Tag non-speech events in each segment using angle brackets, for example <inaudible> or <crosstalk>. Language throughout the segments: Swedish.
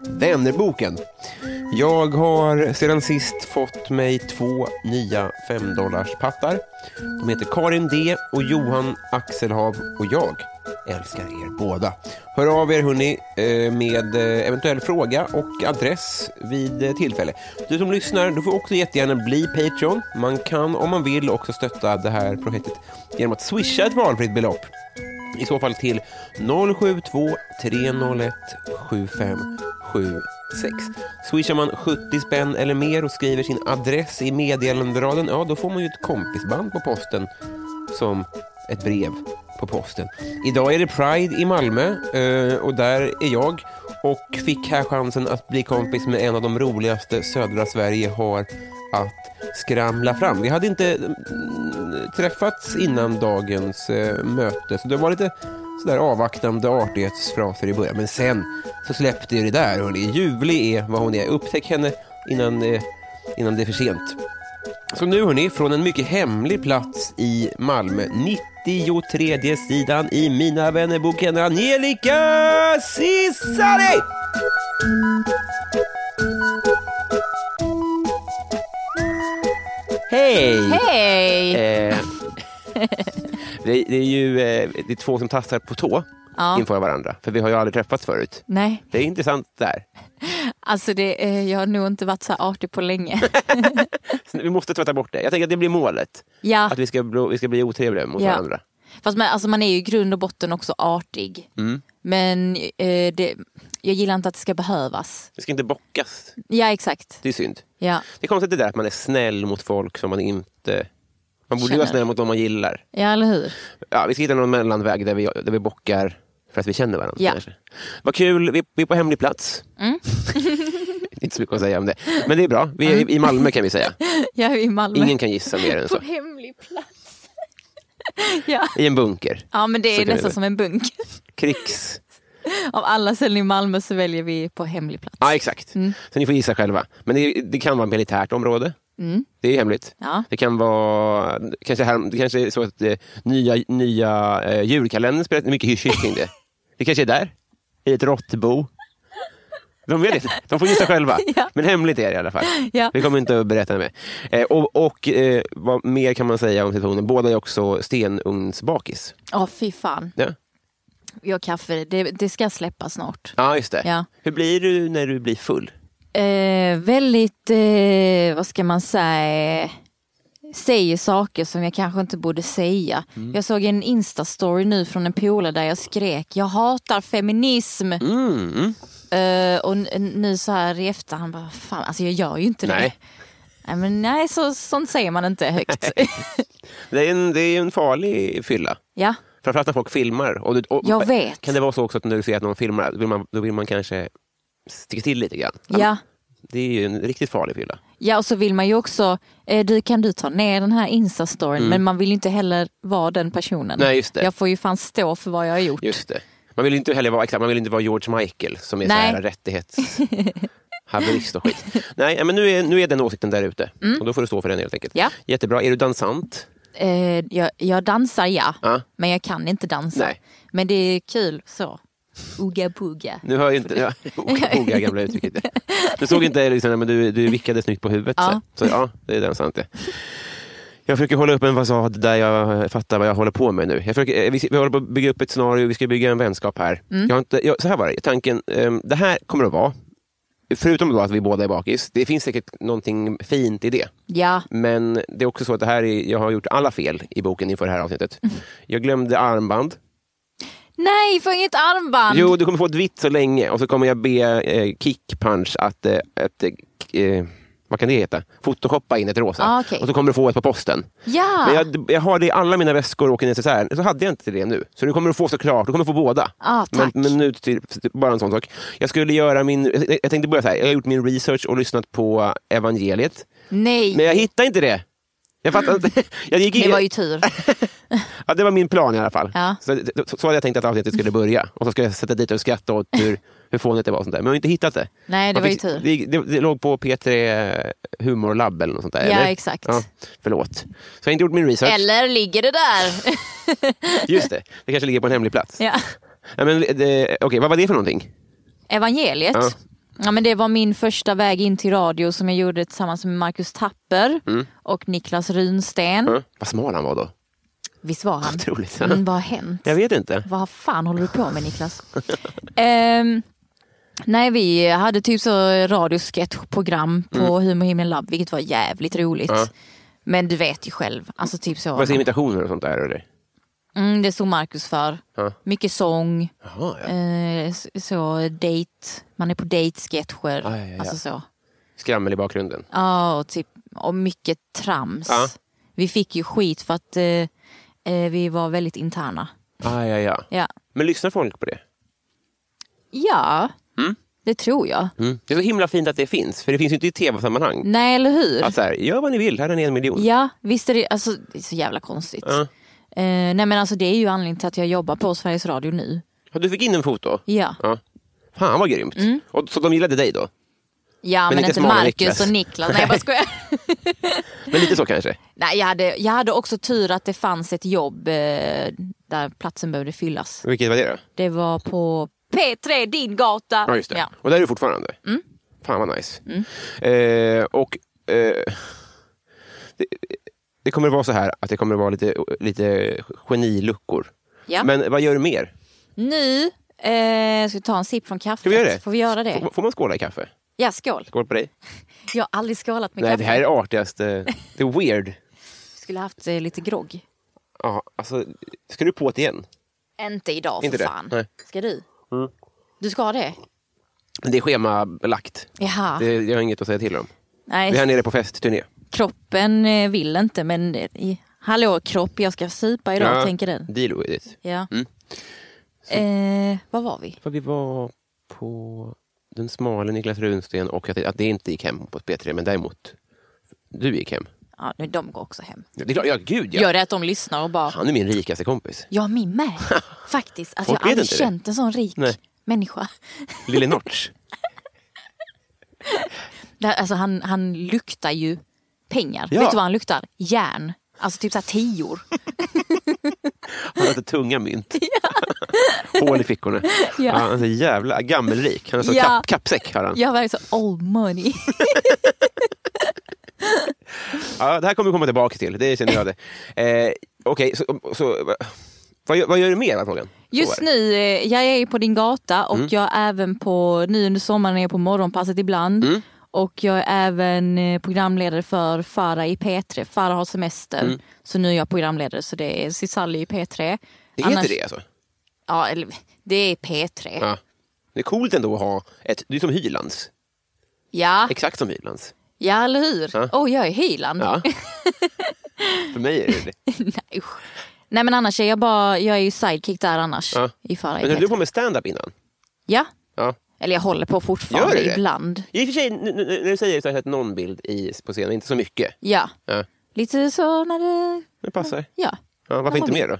vännerboken. Jag har sedan sist fått mig två nya femdollarspattar. De heter Karin D och Johan Axelhav och jag älskar er båda. Hör av er hörni eh, med eh, eventuell fråga och adress vid eh, tillfälle. Du som lyssnar, du får också jättegärna bli Patreon. Man kan om man vill också stötta det här projektet genom att swisha ett valfritt belopp. I så fall till 072 301 7576. Swishar man 70 spänn eller mer och skriver sin adress i meddelanderaden, ja då får man ju ett kompisband på posten som ett brev på posten. Idag är det Pride i Malmö eh, och där är jag och fick här chansen att bli kompis med en av de roligaste södra Sverige har att skramla fram. Vi hade inte mm, träffats innan dagens eh, möte så det var lite sådär avvaktande artighetsfraser i början men sen så släppte jag det där hörni. Ljuvlig är vad hon är. Upptäck henne innan, eh, innan det är för sent. Så nu hörni, från en mycket hemlig plats i Malmö, 93 sidan i Mina vännerboken, Angelica Cesari! Hej! Hej! Eh, det, det är ju eh, det är två som tassar på tå Ja. inför varandra, för vi har ju aldrig träffats förut. Nej, Det är intressant där. alltså det, eh, jag har nog inte varit så här artig på <laughs> länge. Så Vi måste tvätta bort det. Jag tänker att det blir målet. ja, Att vi ska bli, vi ska bli otrevliga mot Ah. Ja. varandra. fast man, alltså man är ju i grund och botten också artig. Men eh, det, jag gillar inte att det ska behövas. Vi ska inte bockas. Ja, exakt. Det är synd. Ja, Det är konstigt det där att man är snäll mot folk som man inte... Man borde ju vara Känner. snäll mot dem man gillar. ja eller hur? <laughs> Ja, vi ska hitta någon mellanväg där vi, där vi bockar för att vi känner varandra. Ja. Mm. kanske. Vad kul, vi, vi är på hemlig plats. det är <laughs> inte så mycket att säga om det. Men det är bra, vi är i- i Malmö kan vi säga. Jag är i Malmö. Ingen kan gissa mer <laughs> än så. På hemlig plats. <laughs> ja. I en bunker. ja, men det Så är kan det nästan vara. som en bunk. <laughs> Krigs... Av alla ställen i Malmö så väljer vi på hemlig plats. Ja, exakt. Så ni får gissa själva. Men det, det kan vara militärt område. Det är ju hemligt. Mm. Ja. Det kan vara... Kanske här, det kanske är så att eh, nya, nya eh, julkalendern spelar mycket hysch-hysch kring det. Det kanske är där. I ett råttbo. De vet inte. De får gissa själva. <laughs> Ja. Men hemligt är det i alla fall. Ja. Vi kommer inte att berätta mer. Eh, och och eh, vad mer kan man säga om situationen? Båda är också stenugnsbakis. Ja, fy fan. Ja, Jag har kaffe, det, det ska släppa snart. ja just det. Ja. Hur blir du när du blir full? eh, väldigt, eh, vad ska man säga, säger saker som jag kanske inte borde säga. Mm. Jag såg en instastory nu från en polare där jag skrek, jag hatar feminism. Eh, och n- nu så här i efterhand, bara, fan, alltså jag gör ju inte Nej. det. Nej, men nej så, sånt säger man inte <laughs> högt. Det är en, det är en farlig fylla. ja, Framförallt när folk filmar. Och du, och, jag vet. Kan det vara så också att när du ser att någon filmar, då vill man, då vill man kanske sticka till lite grann? Alltså, ja. Det är ju en riktigt farlig fylla. ja, och så vill man ju också, eh, du kan du ta ner den här instastoryn, men man vill ju inte heller vara den personen. Mm. Nej, just det. Jag får ju fan stå för vad jag har gjort. Just det. Man vill ju inte heller vara, exakt, man vill inte vara George Michael som är så Nej. här <laughs> rättighetshaverist och skit. Nej, men nu är, nu är den åsikten där ute. Och då får du stå för den helt enkelt. Mm. Ja. Jättebra. Är du dansant? eh, jag, jag dansar ja, Ja. men jag kan inte dansa. Nej. Men det är kul så. Ooga booga. Du hör ju inte... Ja, <laughs> Oga gamla uttrycket. Du såg inte Elisa, men du, du vickade snyggt på huvudet. Ja. Så, så ja, det är den sant det. Jag försöker hålla upp en fasad där jag fattar vad jag håller på med nu. Jag försöker, eh, vi, vi håller på att bygga upp ett scenario, vi ska bygga en vänskap här. Jag har inte, jag, så här var det, tanken, ehm, det här kommer att vara, förutom då att vi båda är bakis, det finns säkert någonting fint i det. Ja, Men det är också så att det här är, jag har gjort alla fel i boken inför det här avsnittet. Jag glömde armband. nej får inget armband. Jo, du kommer få ett vitt så länge och så kommer jag be eh, Kickpunch att, eh, att eh, k- eh, vad kan det heta? Photoshoppa in ett rosa. Ah, okej. Och så kommer du få ett på posten. Ja, Men jag, jag har det i alla mina väskor och i necessären. Så hade jag inte det nu. Så nu kommer du få såklart, du kommer få båda. Ah, men, tack. men nu till, bara en sån sak. Jag skulle göra min, jag- jag tänkte börja så här. Jag har gjort min research och lyssnat på evangeliet. nej. Men jag hittade inte det. Jag <gasps> fattar inte. Jag gick in, det var ju tur. Ja, det var min plan i alla fall. Ja. Så, så, så hade jag tänkt att avsnittet skulle börja. Och så skulle jag sätta dit och skratta åt hur, hur fånigt det var. Och sånt där. Men jag har inte hittat det. Nej, det Man var ju fick- tur. Det, det, det låg på P3 Humor Lab eller något sånt där. Ja, eller? exakt. Ja, förlåt. Så jag har inte gjort min research. Eller ligger det där? <laughs> Just det, det kanske ligger på en hemlig plats. ja. Ja, men, det, okej, vad var det för någonting? Evangeliet. Ja. Ja. men det var min första väg in till radio som jag gjorde tillsammans med Marcus Tapper och Niklas Runsten. Mm. Ja, vad smal han var då. <laughs> Visst var han? Otroligt. Mm, vad har hänt? Jag vet inte. Vad fan håller du på med Niklas? Ehm, nej, vi hade typ så radiosketchprogram på Mm. Humor Himlen Lab, vilket var jävligt roligt. Men du vet ju själv, alltså typ så. Var det imitationer och sånt där? Eller? Mm, det stod Marcus för. Mycket sång, Jaha, ja. eh, s- så date, man är på dejtsketcher. Ja, ja, ja. Alltså så. Skrammel i bakgrunden. Ja, och, typ, och mycket trams. Ja. Vi fick ju skit för att eh, eh, vi var väldigt interna. Ah, ja, ja. Ja, Men lyssnar folk på det? ja det tror jag. Mm. Det är så himla fint att det finns, för det finns ju inte i tv-sammanhang. Nej, eller hur? Att så här, gör vad ni vill, här är ni en miljon. Ja, visst är det, alltså, det är så jävla konstigt. Ja. Eh, nej men alltså det är ju anledningen till att jag jobbar på Sveriges Radio nu. Ja, Du fick in en foto? Ja, Mm. Ja. Fan vad grymt. Och, så de gillade dig då? ja men, inte inte Smal och Marcus Niklas. och Niklas. Nej jag <laughs> bara skojar. Men lite Mm. så kanske? nej, jag, hade, jag hade också tur att det fanns ett jobb eh, där platsen behövde fyllas. Vilket var det då? Det var på P3 din gata. Ja, just det. Och där är du fortfarande? Mm. Fan vad nice. Mm. Eh, och eh, det, det kommer att vara så här att det kommer att vara lite, lite geniluckor. Ja. Men vad gör du mer? Nu eh, ska vi ta en sipp från kaffet. Ska vi göra det? Får vi göra det? Får, får man skåla i kaffe? Ja, skål. Skål på dig. Jag har aldrig skålat med Nej, kaffe. det här är det <laughs> artigaste. Det är weird. Skulle haft eh, lite grogg. Ja, alltså, ska du på det igen? Inte idag för Inte det? fan. Nej. Mm. Ska du? Du ska det? Det är schemalagt. Jaha. Det, jag har inget att säga till om. Nej, Vi är här nere på festturné. kroppen eh, vill inte men eh, i- hallå kropp, jag ska supa idag tänker den. Deal with it. Ja. Mm. Eh, vad var vi? För vi var på den smala Niklas Runsten och att det, att det inte gick hem på P3, men däremot du gick hem. Ja, nu, de går också hem. Ja, Det är klart, ja gud ja. Gör det att de lyssnar och bara, Han är min rikaste kompis. ja min <laughs> med. Faktiskt, alltså, Folk jag har vet aldrig inte det. känt en sån rik Nej. människa. <laughs> Lille Notch. Det, här- alltså, han, han luktar ju pengar. Ja. Vet du vad han luktar? Järn. Alltså typ <laughs> såhär tior. Han hade tunga <laughs> mynt. Hål i fickorna. Ja, han är så jävla gammelrik. Han är så Ja. kapp, kappsäck. Har han. Ja. Jag var så old money. det här kommer vi komma tillbaka till, det känner jag det. Eh, Okej, så, så va- vad, gör- vad gör du mer? var frågan? Så Just var det. Mm. nu, eh, jag är ju på din gata och jag är även på, nu under sommaren är jag på morgonpasset ibland. Mm. Och jag är även eh, programledare för Farah i P3. Farah har semester så nu är jag programledare så det är Cisalli i P3. Mm. Det heter det alltså? Ja, eller, det är P3. Ja, Ja. Det är coolt ändå att ha ett... Du är som Hylands. ja, Exakt som Hylands. eller hur? Ja. Åh, jag är Hyland. Ja. <laughs> För mig är det det. <laughs> Nej, usch. Nej men annars är jag bara, jag är ju sidekick där annars Ja. i Farah i Men höll du P3. på med stand-up innan? Ja, Ja. eller jag håller på Gör fortfarande du det? ibland. I och för sig, nu- nu- när du säger det så har jag sett någon bild i, på scenen, inte så mycket. Ja, Ja, lite så när det, det passar. ja. Ja, varför inte mer då?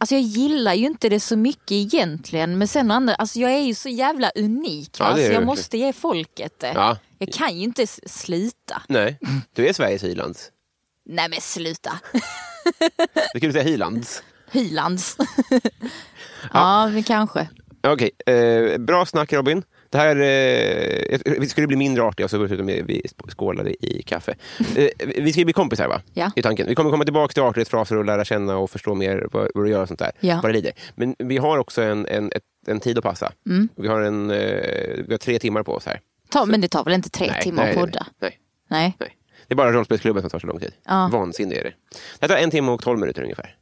Alltså jag gillar ju inte det så mycket egentligen men sen å andra, alltså jag är ju så jävla unik. Ja, va? det är alltså du jag verkligen. måste ge folket det. Ja. Jag kan ju inte s- slita. Nej, du är Sveriges Hylands. Nej men sluta. <laughs> Det kan du säga Hylands. <laughs> Hylands. ja, men kanske. Okej, eh, bra snack Robin. Det här, eh, vi skulle bli mindre artiga så dessutom vi vi skålade i kaffe. Eh, vi ska ju bli kompisar va? Ja. I tanken. Vi kommer komma tillbaka till artighetsfraser och lära känna och förstå mer vad, vad du gör och sånt där. Ja. Vad det lider. Men vi har också en, en, ett, en tid att passa. Mm. Vi, har en, eh, vi har tre timmar på oss här. Ta, men det tar väl inte tre timmar nej, att podda? Nej, Nej. nej. Det är bara rollspelsklubben som tar så lång tid. Ja. Vansinne är det. Det här tar en timme och tolv minuter ungefär.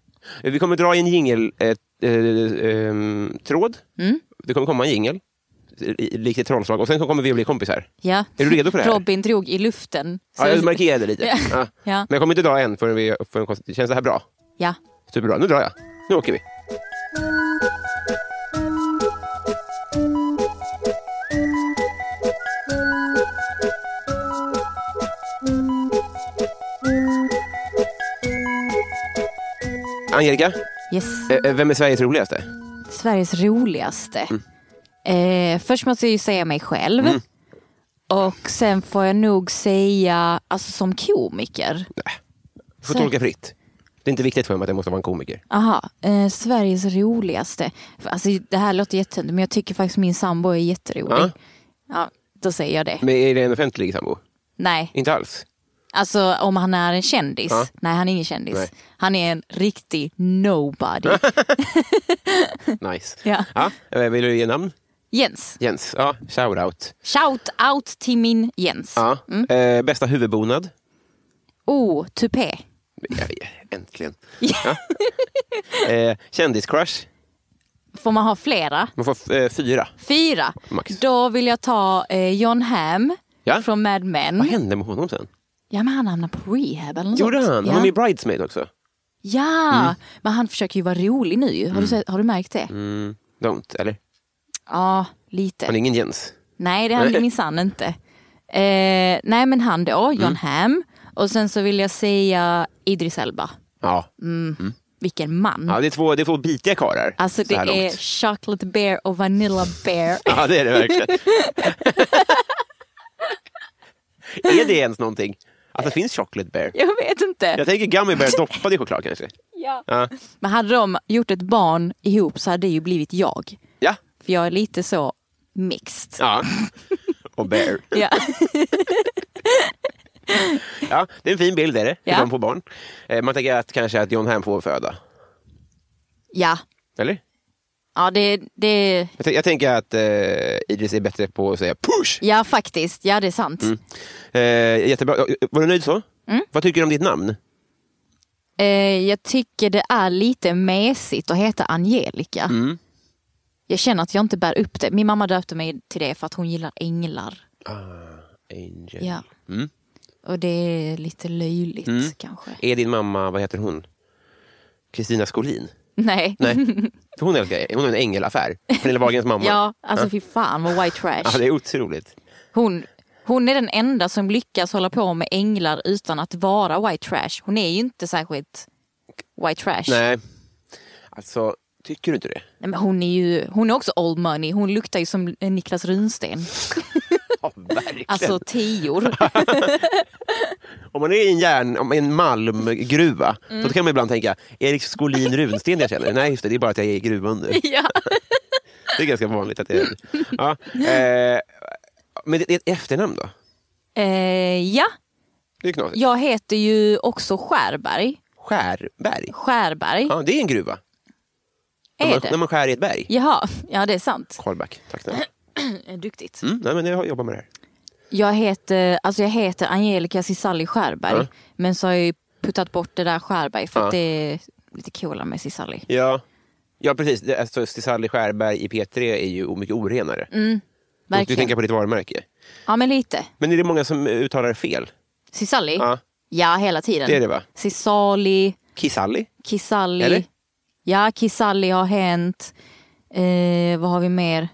Eh, Vi kommer dra i en jingeltråd. Eh, eh, ehm, tråd. Mm. Det kommer komma en jingel, i- i- likt ett trollslag. Och sen kommer vi att bli kompisar. Ja. Är du redo för det här? Robin drog i luften. Ja, jag markerade lite. Ja. Ja. Ja. Men jag kommer inte dra en förrän vi får en konst... Känns det här bra? ja. Superbra. Nu drar jag. Nu åker vi. Angelica, Yes. eh, eh, vem är Sveriges roligaste? Sveriges roligaste. Mm. Eh, först måste jag ju säga mig själv. Och sen får jag nog säga, alltså som komiker. Du får Så- tolka fritt. Det är inte viktigt för mig att jag måste vara en komiker. Aha, eh, Sveriges roligaste. Alltså, det här låter jättetöntigt men jag tycker faktiskt min sambo är jätterolig. Ja. Ja, då säger jag det. Men är det en offentlig sambo? Nej, Inte alls. alltså om han är en kändis. Ja. Nej, han är ingen kändis. Nej. Han är en riktig <laughs> nobody. Nice. Ja. eh, Vill du ge namn? Jens, Jens. Ja, shoutout. shout out till min Jens. Ja. Eh, bästa huvudbonad? Oh, tupé. Ja, ja, Äntligen. Ja. Eh, kändiscrush? Får man ha flera? Man får f- eh, fyra. Fyra. Max. Då vill jag ta eh, John Hamm Ja. från Mad Vad Men. hände med honom sen? Ja, men han hamnade på rehab eller något Gjorde sånt. han? Han Mm. Ja, var med i Bridesmaid också. ja. men han försöker ju vara rolig nu. Har, du, sett- har du märkt det? Mm, don't, eller? Ja, lite. Han är ingen Jens. Nej, det hade Nej. det minsann inte. Eh, nej, men han då, John Mm. Hamm. Och sen så vill jag säga Idris Elba. Ja, Mm. Vilken man. ja det, är två, det är två bitiga karlar. alltså så det här långt. är Chocolate Bear och Vanilla Bear. <laughs> Ja, det är det verkligen. är det ens någonting? Att det finns chocolate bear? Jag vet inte. Jag tänker gummy bear doppad i choklad kanske. Ja. Ja. Men hade de gjort ett barn ihop så hade det ju blivit jag. Ja. För jag är lite så mixed. ja. Och bear. Ja. Ja, det är en fin bild är det. Ja. Ja. De får barn. Eh, Man tänker att kanske att John Hamm får föda. ja. <laughs> Eller? Ja, det, det, Jag, tän- jag tänker att eh, Idris är bättre på att säga push. ja, faktiskt. Ja, det är sant. Mm. Eh, jättebra. Var du nöjd så? Mm. Vad tycker du om ditt namn? Eh, jag tycker det är lite mesigt att heta Angelica. Mm. Jag känner att jag inte bär upp det. Min mamma döpte mig till det för att hon gillar änglar. Angel. Ja. Mm. Och det är lite löjligt kanske. Är din mamma, vad heter hon? Kristina Skolin? Nej. Nej, för hon älskar Hon har en ängelaffär. Pernilla Wahlgrens mamma. <laughs> Ja, alltså fy fan vad white ja, trash. det är otroligt. Hon, hon är den enda som lyckas hålla på med änglar utan att vara white trash. Hon är ju inte särskilt white trash. Nej, alltså tycker du inte <laughs> det? Nej, men hon är ju hon är också old money. Hon luktar ju som eh, Niklas Runsten. Ja, verkligen. Alltså tior. <laughs> Om man är i en, järn, om en malmgruva, Mm. då kan man ibland tänka, är det Skolin Runsten jag känner? Nej, just det, det är bara att jag är i gruvan <laughs> nu. ja. Det är ganska vanligt att det är ja, eh, Men det är ett efternamn då? Eh, ja, Det är knasigt. jag heter ju också Skärberg. Skärberg? Skärberg Ja, det är en gruva. När är man, när det. man skär i ett berg. Jaha, ja det är sant. Karlback, tack snälla. Eh, Duktigt. Mm, nej, men jag jobbar med det här. Jag heter, alltså jag heter Angelica Cisalli Skärberg. Ja. Men så har jag ju puttat bort det där Skärberg för Ja. att det är lite coolare med Cisalli. Ja, ja precis. Det- Alltså, Cisalli Skärberg i P3 är ju mycket orenare. du Mm, Verkligen. tänker på ditt varumärke. Ja men lite. Men är det många som uttalar fel? Cisalli? Ja, Ja, hela tiden. det är det va? Cisalli, Kisalli? Kisalli. Eller? Ja, Kisalli har hänt. Eh, vad har vi mer?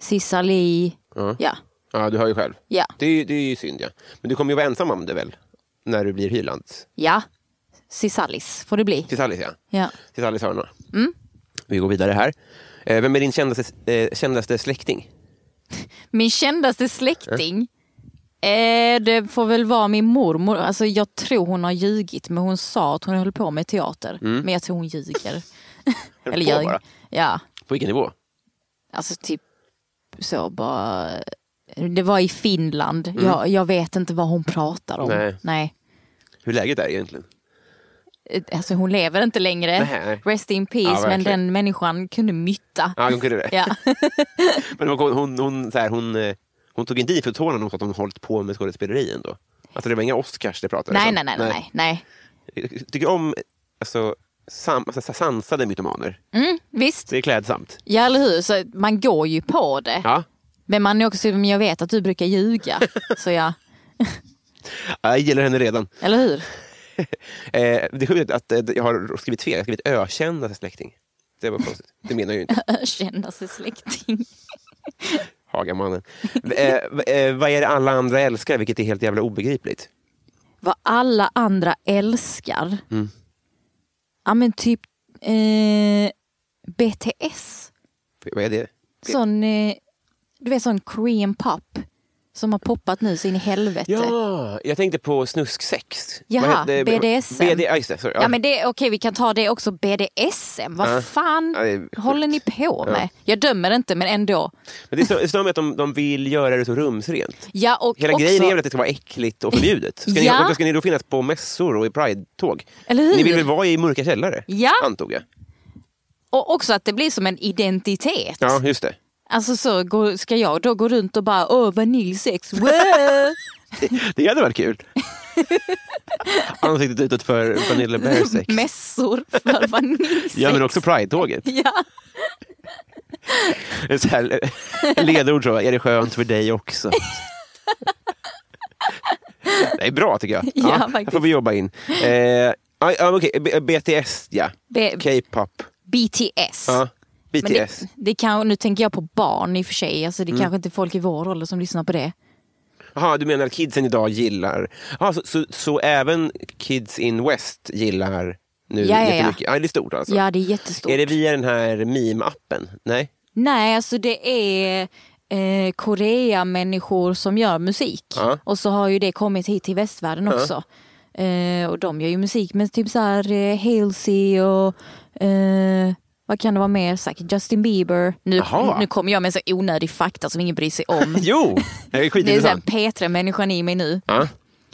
Cisalli. Ja. Ja. Ja, du hör ju själv. Ja. Det är, ju- det är ju synd ja. Men du kommer ju vara ensam om det väl? När du blir Hylands? Ja. Cisallis får det bli. Cisallis ja. Ja. Cisallis hörna. Mm. Vi går vidare här. Eh, Vem är din kändaste, eh, kändaste släkting? Min kändaste släkting. Eh, det får väl vara min mormor. Alltså, jag tror hon har ljugit men hon sa att hon höll på med teater. Men jag tror hon ljuger. Mm. <laughs> Höll Eller på ljög. bara. Ja, På vilken nivå? alltså typ så bara. Det var i Finland. Jag, jag vet inte vad hon pratar om. Mm. Nej. Nej. Hur läget är egentligen? Eh, Alltså hon lever inte längre. Nej. Rest in Ja, peace. men verkligen. den människan kunde mytta. Ja, hon kunde <laughs> det. Ja. Men det var- hon, hon, hon, så här, hon, eh, hon tog inte i för tårna när hon sa att hon hållit på med skådespeleri ändå. Alltså det var inga Oscars det pratades nej, om. nej, nej, nej, nej, nej. Jag tycker om alltså, sam, alltså, sansade mytomaner. Visst, Det är klädsamt. ja eller hur. Så man går ju på det. Ja. Men man är också, men jag vet att du <laughs> brukar ljuga. så ja, Ja, Jag gillar henne redan. eller hur? Eh, det är sjukt att eh, jag har skrivit fel. Jag har skrivit ökända släkting. Det var konstigt. Det menar jag ju inte. Ökända sig släkting. Hagamannen. Eh, eh, vad är det alla andra älskar, vilket är helt jävla obegripligt? Vad alla andra älskar. Mm. Ja men typ eh, BTS. Vad är det? Sån, eh, du vet sån Korean pop. Som har poppat nu så in i helvete. Ja, jag tänkte på snusksex. Jaha, Vad heter- BDSM. BD, ja, just det, sorry, ja. Ja men det, okej vi kan ta det också, BDSM. Vad Ja. fan Ja, det är sjukt. håller ni på med? Jag dömer inte men ändå. Men det stör- stör mig att de, de vill göra det så rumsrent. Ja, och Hela också, grejen är väl att det ska vara äckligt och förbjudet. Ska ni, Ja. och då ska ni då finnas på mässor och i pride-tåg? Eller hur? Ni vill väl vara i mörka källare? Ja. Antog jag. och också att det blir som en identitet. Ja, just det. Alltså så går, ska jag då gå runt och bara åh <laughs> vaniljsex, wow! Det hade varit <laughs> kul. Ansiktet utåt för Vanilla Bear Sex. mässor för vaniljsex. Ja, men också Pride-tåget. <laughs> Ja. Så här, Ledord så, är det skönt för dig också? Det är bra tycker jag. Ja, här faktiskt. får vi jobba in. Eh, ja, ja, okej, B- BTS ja. B- K-pop. BTS. Ja. Men det, BTS. det kan, nu tänker jag på barn i och för sig, alltså det Mm. kanske inte är folk i vår ålder som lyssnar på det. Jaha, du menar att kidsen idag gillar... Aha, så, så, så även kids in West gillar nu Ja, ja, ja. jättemycket? Ja. det är stort alltså. Ja det är jättestort. Är det via den här meme-appen? Nej? Nej alltså det är eh, Korea-människor som gör musik. Ja. Och så har ju det kommit hit till västvärlden också. Eh, och de gör ju musik med typ så här eh, Halsey och eh, vad kan det vara mer? Säkert Justin Bieber. Nu, Jaha. nu kommer jag med så onödig fakta som ingen bryr sig <laughs> om. <laughs> Jo! Det är det är så här skitintressant. Petra-människan i mig nu. Ja.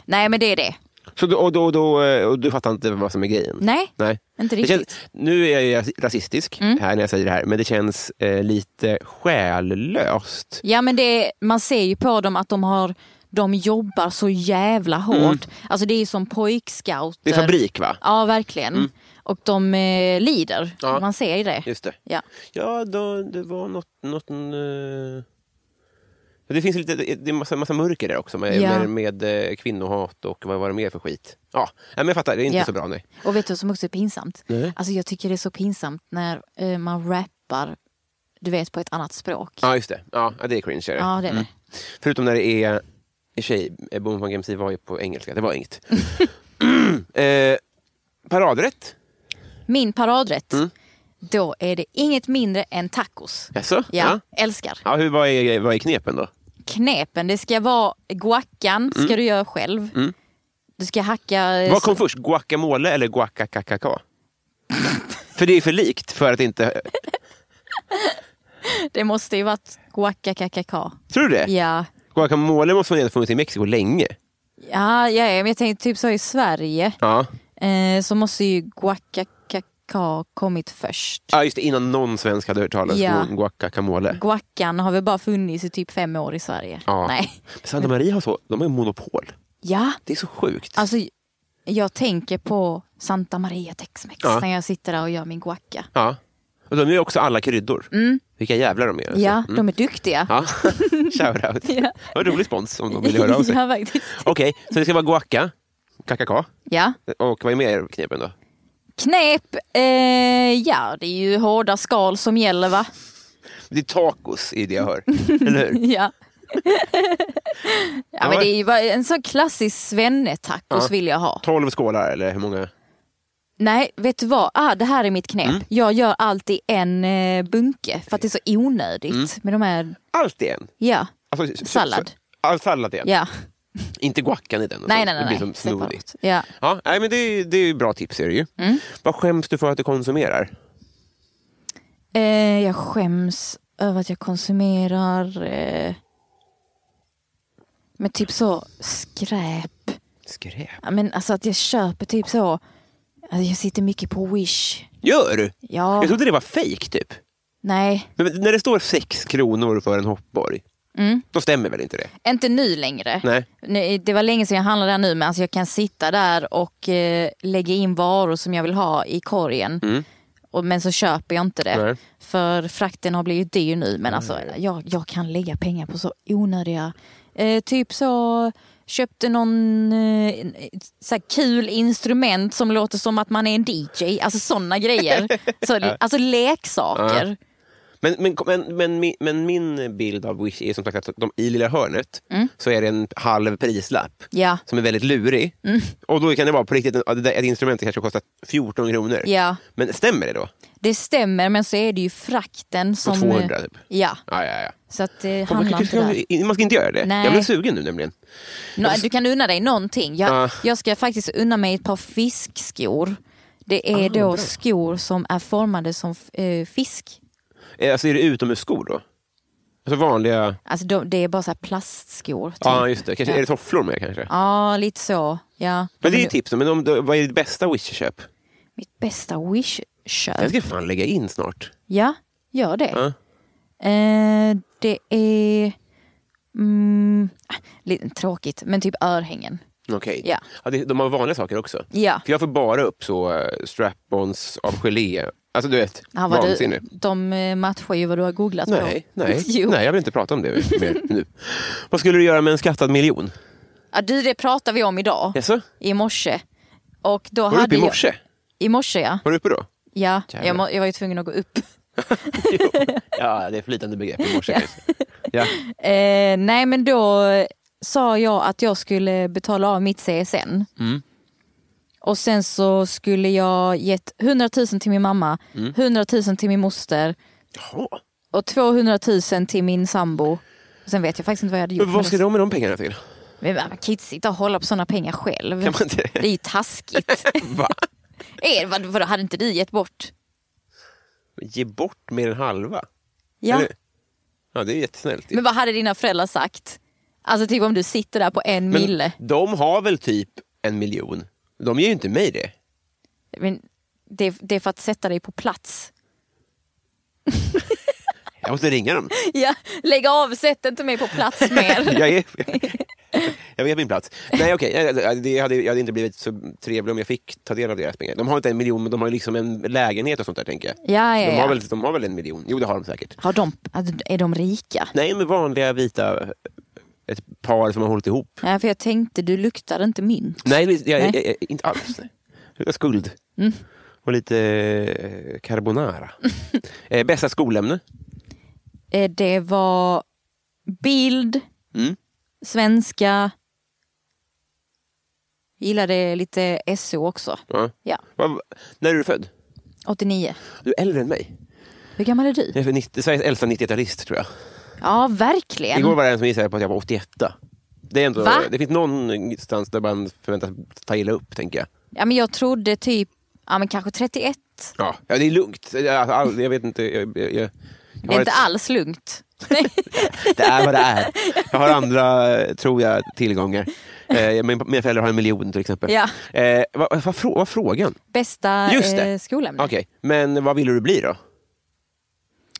Nej men det är det. Så då, och, då, och då, eh, och du fattar inte vad som är grejen? Nej, Nej. inte Det riktigt. känns, nu är jag ju rasistisk Mm. här när jag säger det här, men det känns eh, lite själlöst. Ja men det, man ser ju på dem att de har de jobbar så jävla hårt. Alltså det är som pojkscouter. Mm. Det är fabrik va? Ja, verkligen. Och de eh, lider. Mm. Ja. Man ser ju det. Just det. Ja. Ja, då, det var något... något eh, det finns lite, det är massa, massa mörker där också med, Ja. med, med eh, kvinnohat och vad var det mer för skit. Ja, nej, men jag fattar, det är inte Ja. så bra. Nej. Och vet du vad som också är pinsamt? Nej. Alltså jag tycker det är så pinsamt när eh, man rappar, du vet, på ett annat språk. Ja, Mm. just det. Ja, det är cringe. Är det. Ja, det är det. Förutom när det är... I och för sig, eh, Boom Funk MC var ju på engelska, det var <laughs> inget. <clears throat> eh, paradrätt? Min paradrätt, Mm. då är det inget mindre än tacos. Jaså? Ja, älskar. Ja, hur, vad, är, vad är knepen då? Eh, Knepen, det ska vara guaccan, ska du göra själv. Du ska hacka... eh, Mm. Vad kom först, guacamole eller guacacacacá? <laughs> för det är för likt för att inte... Det måste ju varit guacacacacá. Tror du det? Ja. Guacamole måste man ju ha funnits i Mexiko länge. Ja, ja, men jag tänkte typ så i Sverige Ja, eh, så måste ju guacacacao kommit först. ja just det, innan någon svensk hade hört talas om Ja. guacacamole. Guacan har väl bara funnits i typ fem år i Sverige. Ja. Nej. Santa Maria har så, de har ju monopol. Ja, Det är så sjukt. alltså jag tänker på Santa Maria Tex-Mex Ja. när jag sitter där och gör min guacca. Ja. Och de gör ju också alla kryddor. Vilka jävlar de är. alltså. Mm. Ja, de är duktiga. Ja. <laughs> Shoutout. <laughs> Ja. Det var en rolig spons om de vill höra av sig. <laughs> Ja, faktiskt. Okej, så det ska vara guacca, kakaka Ja. och vad är mer knepen då? Knep, eh, ja det är ju hårda skal som <laughs> gäller va? Det är tacos i det jag hör. <laughs> Eller hur? Ja. <laughs> ja men- men det är ju bara en sån klassisk svennetacos Ja. vill jag ha. Tolv skålar eller hur många? Nej, vet du vad? Ah, det här är mitt knep. Mm. Jag gör alltid en eh, bunke för att det är så Mm. onödigt med de här. Allt i en. Ja, Alltså, s- s- Sallad. s- All sallad i en. ja. Inte guackan i den. och Nej, så. nej, nej. Det blir som nej. smoothie. Separat. Ja. Ja, nej, men det, är- det är ju bra tips. Är det ju. Mm. Vad skäms du för att du konsumerar? Eh, jag skäms över att jag konsumerar eh, med typ så skräp. Skräp. Ja, Men alltså att jag köper typ så. Alltså jag sitter mycket på Wish. Gör du? Ja, Jag trodde det var fejk typ. nej. Men när det står sex kronor för en hoppborg, Mm. då stämmer väl inte det? Inte nu längre. Nej. Nu- Det var länge sedan jag handlade där nu men alltså jag kan sitta där och eh, lägga in varor som jag vill ha i korgen. Och, men så köper jag inte det. Mm. Nej. Mm. För frakten har blivit dyr nu. Men alltså jag, jag kan lägga pengar på så onödiga. Eh, typ så köpte någon eh, så här kul instrument som låter som att man är en DJ. Alltså sådana grejer. <laughs> Så, alltså leksaker. Men, men, men, men, mi- men min bild av Wish är som sagt att de, i lilla hörnet Mm. så är det en halv prislapp Ja. som är väldigt lurig. Mm. Och då kan det vara på riktigt, att det där- ett instrument kanske kostar 14 kronor. ja. Men stämmer det då? Det stämmer men så är det ju frakten På som... 200 typ? Ja. Ja, ja, ja. Så att det Man, handlar kan, inte där. ju- man ska inte göra det. Nej. Jag blev sugen nu nämligen. Nå, Alltså- du kan unna dig någonting. Jag, Ah. jag ska faktiskt unna mig ett par fiskskor. Det Ah, är då skor som är formade som eh, fisk. Eh, Alltså är det utomhusskor då? Alltså vanliga... Alltså de, det är bara så här plastskor. Typ. Ja, Ja, just det. Kanske, Ja. Är det tofflor med kanske? lite så. Ja. Men det är Men ju tipsen. Men om, du- vad är ditt bästa Wish-köp? Mitt bästa Jag wish-köp. ska fan lägga in snart. Ja, gör det. Ja. Eh, det är... Mm, ah, lite tråkigt, men typ örhängen. Okej. Ja. Ja, det- de har vanliga saker också. Ja. För jag får bara upp så eh, strap-ons av gelé. Alltså du vet, Ja, vad vansinne. du, de eh, matchar ju vad du har googlat på. Nej, <laughs> nej, <laughs> Jo. nej, jag vill inte prata om det mer nu. Vad skulle du göra med en skattad miljon? Ja, du, det pratar vi om idag. Jaså? i morse. Och då Var du hade uppe i morse? Jag, I morse ja. Var du uppe <laughs> då? ja Jävlar. jag, må, jag var ju tvungen att gå upp. Ja, det är flytande begrepp i morse kanske. Ja. Eh, nej men då eh, sa jag att jag skulle betala av mitt CSN. Mm. Och sen så skulle jag gett 100 000 till min mamma, Mm. 100 000 till min moster Jaha. och 200 000 till min sambo. Sen vet jag faktiskt inte vad jag hade gjort. Men vad ska men de med de pengarna till? men man kan ju inte sitta och hålla på sådana pengar själv. Kan man inte? Det är ju <laughs> taskigt. Va? eh, vad, vadå, hade inte du gett bort? Ge bort mer än halva? Ja. Eller? ja det är jättesnällt. Men vad hade dina föräldrar sagt? Alltså typ om du sitter där på en Men mille. de har väl typ en miljon? De ger ju inte mig det. Men det, det är för att sätta dig på plats. <laughs> Jag måste ringa dem. Ja, lägg av, sätt inte mig på plats <laughs> mer. Jag, är, jag vet min plats. Nej okej, jag- det hade, jag hade inte blivit så trevlig om jag fick ta del av deras pengar. De har inte en miljon, men de har ju liksom en lägenhet och sånt där tänker jag. Ja, ja, De, har ja. väl, de har väl en miljon? Jo det har de säkert. Har de, alltså, är de rika? Nej men vanliga vita, ett par som har hållit ihop. Ja, för jag tänkte du luktar inte mynt. Nej, det- jag, Nej. Mm. Jag, jag, inte <laughs> alls. Jag har skuld. Och lite eh, <laughs> carbonara. eh, bästa skolämne? Eh, Det var bild, Mm. svenska, gillade lite SO också. Ja. Ja, Vad- när är du född? 89. Du är äldre än mig. Hur gammal är du? Jag är för 90, Sveriges äldsta 90-talist tror jag. Ja, verkligen. Igår var det en som gissade på att jag var 81. Det, är ändå, Va? det finns någonstans där man förväntas ta illa upp, tänker jag. Ja, men jag trodde typ, ja men kanske 31. Ja, ja det är lugnt. Jag, all- jag vet inte. Jag, jag, jag, jag Det har är inte ett- alls lugnt. Nej. Det är vad det <laughs> är. Jag har andra, eh, tror jag, tillgångar. Eh, min, mina föräldrar har en miljon till exempel. Ja. Eh, vad, vad, frå- vad var frågan? Bästa Just det. eh, skolämne. Okej, men vad ville du bli då?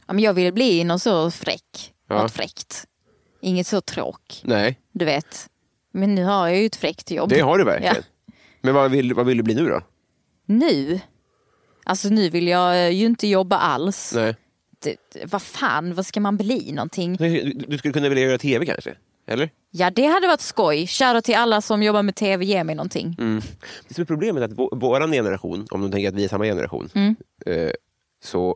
Ja, men jag ville bli någon så fräck. Ja. Något fräckt. Inget så tråk, Nej, du vet. Men nu har jag ju ett fräckt jobb. det har du verkligen. Men vad vill, vad vill du bli nu då? Nu? Alltså nu vill jag eh, ju inte jobba alls. Nej. Det, det- vad fan, vad ska man bli någonting? Du, du skulle kunna vilja göra tv kanske? Eller? Ja, det hade varit skoj. Shoutout till alla som jobbar med tv, ge mig någonting. Mm. Det som är problemet är att vå- våran generation, om de tänker att vi är samma generation, Mm. eh, så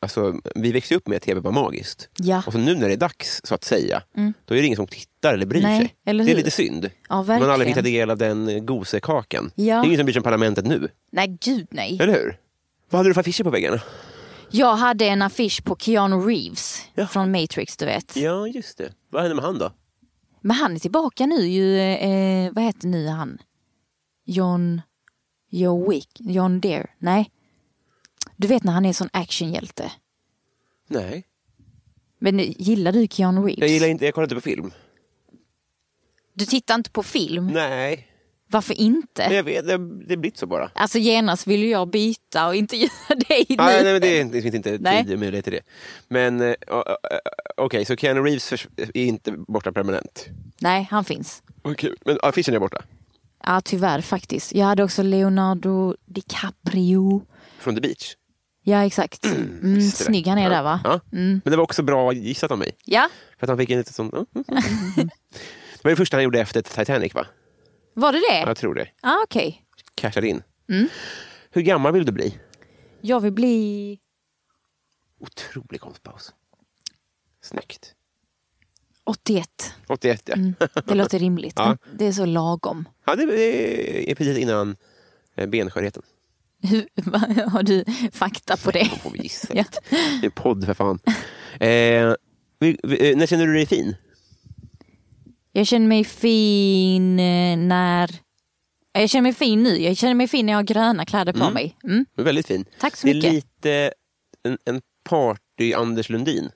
alltså, vi växte upp med att tv var magiskt. Ja. Mm. Och så nu när det är dags, så att säga, då är det ingen som tittar eller bryr Nej, sig. eller det är hur? lite synd. Ja, Man har verkligen. aldrig fick ta del av den eh, gosekakan. Ja. Det är ingen som bryr sig om parlamentet nu, Nej, gud nej. eller hur? Vad hade du för affischer på väggarna? Jag hade en affisch på Keanu Reeves Ja. från Matrix, du vet. Ja, just det. Vad hände med han då? Men han är tillbaka nu ju, eh, vad heter nu han? John, Joe Wick, John Deere, nej. Du vet när han är en sån actionhjälte. Nej. Men gillar du Keanu Reeves? Jag gillar inte, jag kollar inte på film. Du tittar inte på film? Nej. Varför inte? Men jag vet, det, det blir inte så bara. Alltså genast vill ju jag byta och <laughs> intervjua dig nu. Nej, nej, men det, är inte- det finns inte Nej. tid och möjlighet till det. Men eh, o- o- okej, så Keanu Reeves förs- är inte borta permanent. Nej, han finns. Vad kul. Men ah, Fischer är borta. Ja, tyvärr faktiskt. Jag hade också Leonardo DiCaprio. Från The Beach. Ja, exakt. Mm, Visste det. snygg han är Ja. där va? Mm. Ja. Men det var också bra gissat av mig. Ja, För att han fick en lite sån... <laughs> det var det första han gjorde efter Titanic, va? var det Ja, det? Jag tror det. Ja, Mm. okej. Cashade in. Hur gammal vill du bli? Jag vill bli... Otrolig konstpaus. Snyggt. 81. 81, ja. Det låter rimligt. Ja. Det är så lagom. <laughs> ja det är- är precis innan eh, benskörheten. Hur, har du fakta på det? Får vi gissa Ja. lite. Det är podd för fan. Eh, vi, vi, eh, när känner du dig fin? Jag känner mig fin eh, när... Jag känner mig fin nu. Jag känner mig fin när jag har gröna kläder på mig. Mm. Du är väldigt fin. Tack så det är mycket. lite en, en party-Anders Lundin.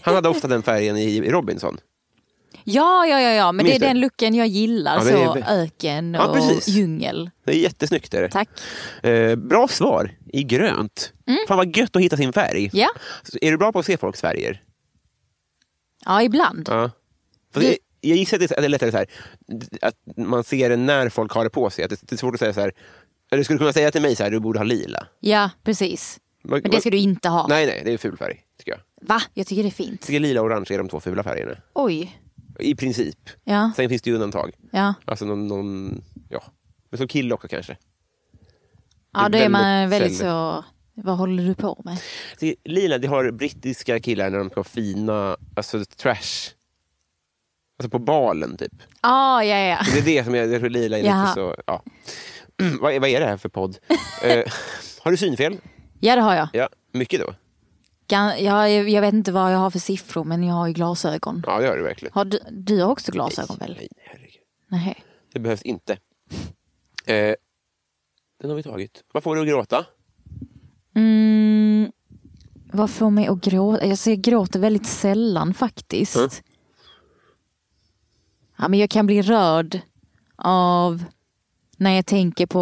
Han hade ofta den färgen i i Robinson. Ja, ja, ja, ja. men Minns det är du? den looken jag gillar. Ja, det så är- öken Ja, och precis. djungel. Det är jättesnyggt. Är det. Tack. Eh, bra svar i grönt. Fan vad gött att hitta sin färg. Mm. Ja, Så Är du bra på att se folks färger? ja ibland. Ja. Fast Du- jag, jag gissar att det är- att det är lättare så här, att man ser det när folk har det på sig. Att det, det är svårt att säga så här. eller Du skulle kunna säga till mig så här, du borde ha lila. Ja, precis. Vad- Men det ska vad- du inte ha. Nej, nej, det är ful färg. Tycker jag. Va? Jag tycker det är fint. jag tycker lila och orange är de två fula färgerna. Oj. I princip. Ja, Sen finns det ju undantag. ja. Alltså någon, någon ja. Men som kille också kanske. ja då Det är är man väldigt väldigt så... Vad håller du på med? Det- Lila, det har brittiska killar när de ska ha fina, alltså trash. Alltså på balen typ. Ah, ja, ja, ja. Det är det som jag, jag tror lila är lite Jaha. så, ja. <clears throat> vad, är- vad är det här för <laughs> podd? Eh, har du synfel? Ja, det har jag. Ja, mycket då? Gan- Jag, jag vet inte vad jag har för siffror, men jag har ju glasögon. Ja, det har du verkligen. Har du, du har också glasögon väl? Nej, herregud. Nej. Det behövs inte. Eh, den har vi tagit. Vad får du att gråta? Mm, vad får mig att gråta? Alltså, jag gråter väldigt sällan faktiskt. Mm. Ja, men jag kan bli rörd av när jag tänker på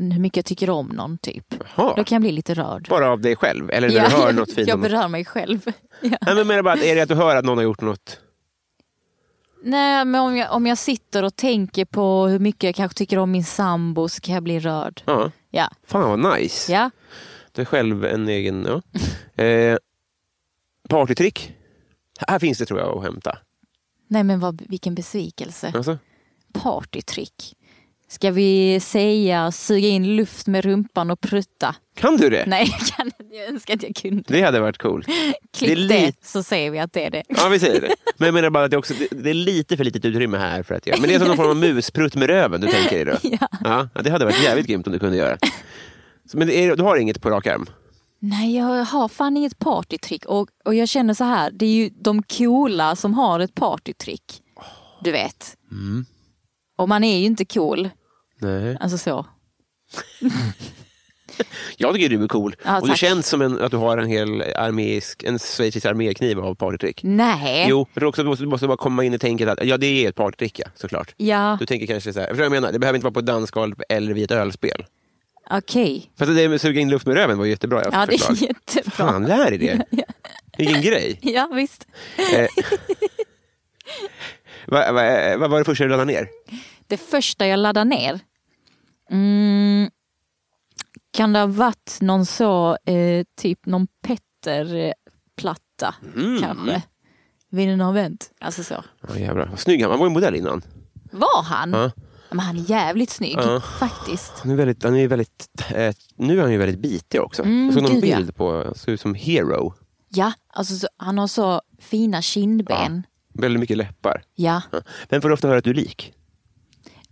hur mycket jag tycker om någon typ. Jaha. Då kan jag bli lite rörd. Bara av dig själv? Eller när Ja, du hör något fint? <laughs> jag om någon? berör mig själv. Ja. Nej, men jag menar bara, att- är det att du hör att någon har gjort något? Nej, men om jag, om jag sitter och tänker på hur mycket jag kanske tycker om min sambo så kan jag bli rörd. Ja. Ja, Fan vad nice. ja. Du är själv en egen... Ja. Eh, partytrick? Här finns det tror jag att hämta. Nej men vad, vilken besvikelse. Alltså, Partytrick. Ska vi säga suga in luft med rumpan och prutta? kan du det? Nej, <laughs> jag, kan, inte. jag önskar att jag kunde. Det hade varit coolt. Klipp Det det, är lite- så säger vi att det är det. Ja, vi säger det. Men jag menar bara att det, också, det, det är lite för litet utrymme här för att göra. Men det är som någon form av musprutt med röven du tänker dig då. <laughs> Ja. Ja, det hade varit jävligt grymt om du kunde göra. Så, Men det är, du har inget på rak arm? Nej, jag har fan inget partytrick. Och, och jag känner så här, det är ju de coola som har ett partytrick. Du vet. Mm. Och man är ju inte cool. Nej. Alltså så. Jag tycker du är cool. Ja, och du tack. känns som en, att du har en hel arméisk, en schweizisk armékniv av partytrick. Nej. Jo, jag tror också att du måste, du måste bara komma in i tänket att ja, det är ett partytrick ja, såklart. Ja, Du tänker kanske så här, förstår du vad jag menar? Det behöver inte vara på ett dansgolv eller vid ett ölspel. okej. Fast det med att suga in luft med röven var jättebra Ja, det förslag. är jättebra. Fan, lär dig det. <laughs> Ja. Vilken grej. Ja, visst. Eh, Vad vad- vad var det första du laddade ner? Det första jag laddade ner. Mm, kan det ha varit någon så, eh, typ någon Petter-platta Mm. kanske? Vinden har vänt. Alltså så. Ja, jävlar. Vad snygg han var. Han var ju modell innan. Var han? Ja. Men han är jävligt snygg Ja. faktiskt. Han är väldigt, han är väldigt, eh, nu är han ju väldigt bitig också. Mm, jag såg någon gud, ja. bild på, han såg ut som Hero. Ja, alltså så, han har så fina kindben. Väldigt mycket läppar. Ja. Ja. Vem får du ofta höra att du är lik?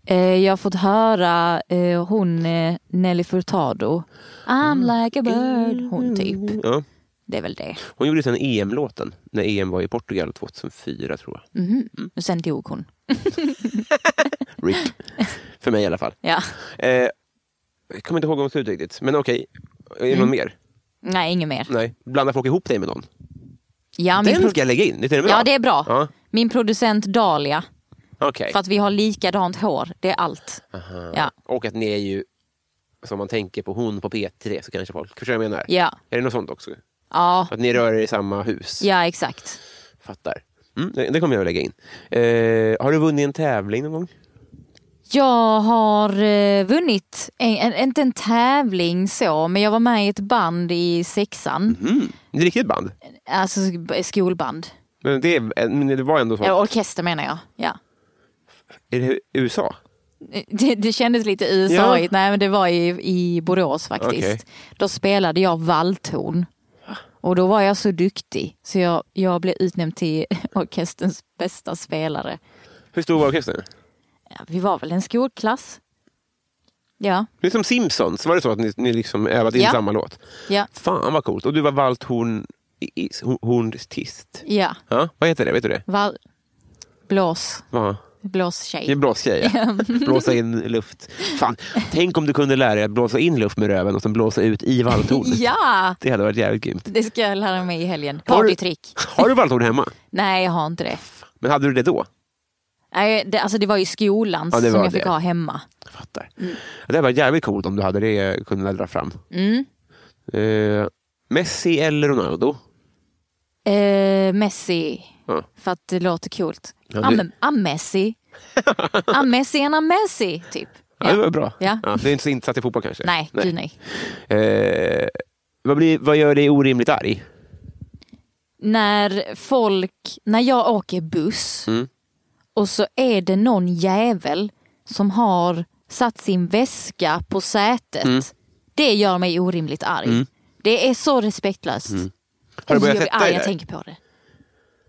Eh, jag har fått höra eh, Mm. hon eh, Nelly Furtado. I'm like a bird. Hon typ. Ja. det är väl det. Hon gjorde sen EM-låten när EM var i Portugal 2004 tror jag. Mhm. Och sen dog hon. <laughs> RIP. För mig i alla fall. Ja. Eh, jag kommer inte ihåg om det riktigt, men okej. Är Mm. det någon mer? Nej, inget mer. Nej. Blandar folk ihop dig med någon? Ja, min Den pro- ska jag lägga in. Det är ja det är bra. Ja, Min producent Dahlia, okej. för att vi har likadant hår. Det är allt. Ja. Och att ni är ju, som man tänker på hon på P3 så kanske folk, förstår du vad jag menar? Ja. Är det något sånt också? Ja. Att ni rör er i samma hus? ja, exakt. Fattar. Mm, det det kommer jag att lägga in. Eh, har du vunnit en tävling någon gång? Jag har eh, vunnit, en, en, inte en tävling så, men jag var med i ett band i sexan. Ett riktigt band? Alltså sk- skolband. Men det, är- men det var ändå så. Ja, orkester menar jag. Ja. Är det USA? <laughs> Det, det kändes lite usa Ja. igt Nej men det var i, i Borås faktiskt. Okej. Då spelade jag valltorn. Och då var jag så duktig så jag, jag blev utnämnd till <laughs> orkesterns bästa spelare. Hur stor var orkestern? Ja, vi var väl en skolklass. Ja, Det är som Simpsons, var det så att ni, ni liksom övade in Ja. samma låt? ja, Fan vad coolt. Och du var valthorn... i- i- Hornist. ja. Ja, vad heter det? Vet du det? Val, blås, Vad? blåstjej. Det är blåstjej, ja. <laughs> Blåsa in luft. Fan, tänk om du kunde lära dig att blåsa in luft med röven och sen blåsa ut i valthornet. Ja, Det hade varit jävligt grymt. det ska jag lära mig i helgen. Har du- Partytrick. Har du valthorn hemma? <laughs> Nej, jag har inte det. Men hade du det då? Nej, det, alltså det var ju skolan Ja, det som var jag fick det. ha hemma. Jag fattar. Mm. Det hade varit jävligt coolt om du hade det kunnat dra fram. Mm. Eh, Messi eller Ronaldo? Eh, Messi. Ja. För att det låter coolt. Ja, I'm, det- <laughs> I'm Messi. I'm Messi and I'm Messi, typ. Ja, det var bra. Ja. du är inte så insatt i fotboll kanske? Nej, gud nej. Eh, vad, blir, vad gör dig orimligt arg? När folk, när jag åker buss Mm. och så är det någon jävel som har satt sin väska på sätet. Mm. Det gör mig orimligt arg. Det är så respektlöst. Mm. Alltså, Har du börjat jag, sätta arg, dig jag där? tänker på det. Har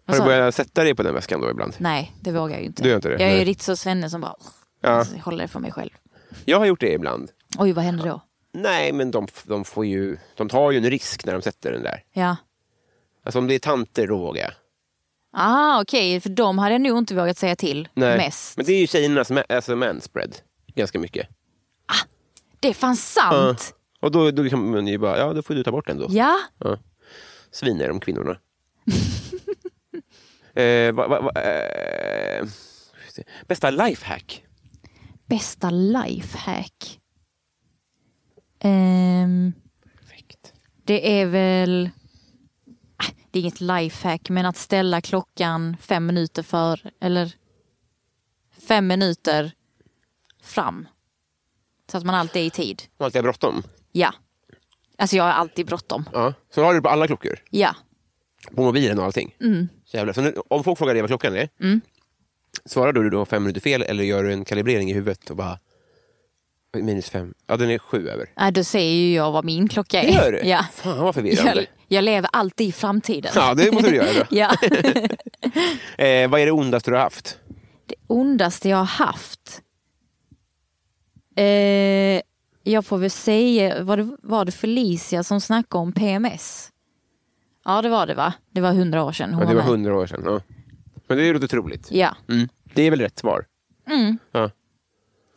Vad du sa du? börjat sätta dig på den väskan då ibland? Nej, det vågar jag ju inte. Du gör inte det? jag är ju Nej. riktigt så svenne som bara Ja. alltså, håller det för mig själv. Jag har gjort det ibland. Oj, vad händer då? Nej, men de, de, får ju, de tar ju en risk när de sätter den där. Ja. Alltså om det är tanter då vågar jag. Ah, okej, för de hade jag nog inte vågat säga till mest. Men det är ju tjejernas ma- alltså manspread ganska mycket. Det är fan sant! Och då, då kan man ju bara, ja då får du ta bort den då. Ja, Svin är de kvinnorna. <laughs> eh, va, va, va, eh, just det. bästa lifehack? bästa lifehack. Ehm, Perfekt. det är väl... Ah, Det är inget lifehack, men att ställa klockan fem minuter för... Eller fem minuter fram. Så att man alltid är i tid. Om allt är bråttom? Ja. Alltså jag har alltid bråttom. Ja. Så har du det på alla klockor? Ja. På mobilen och allting? Mm. Jävlar. Så nu, om folk frågar dig vad klockan är, svarar du då fem minuter fel eller gör du en kalibrering i huvudet och bara minus fem? Ja, den är sju över. Nej, då säger ju jag vad min klocka är. Det gör du? <laughs> Ja. Fan vad förvirrande. Jag, jag lever alltid i framtiden. Ja, det måste du göra. Då. <laughs> Ja. Eh, vad är det ondaste du har haft? Det ondaste jag har haft. Eh, jag får väl säga, var det, var det Felicia som snackade om PMS? Ja det var det va? Det var hundra år sedan hon Ja, det var med. hundra år sedan. Ja. Men det är ju lite otroligt. Ja, Mm. Det är väl rätt svar? Ja,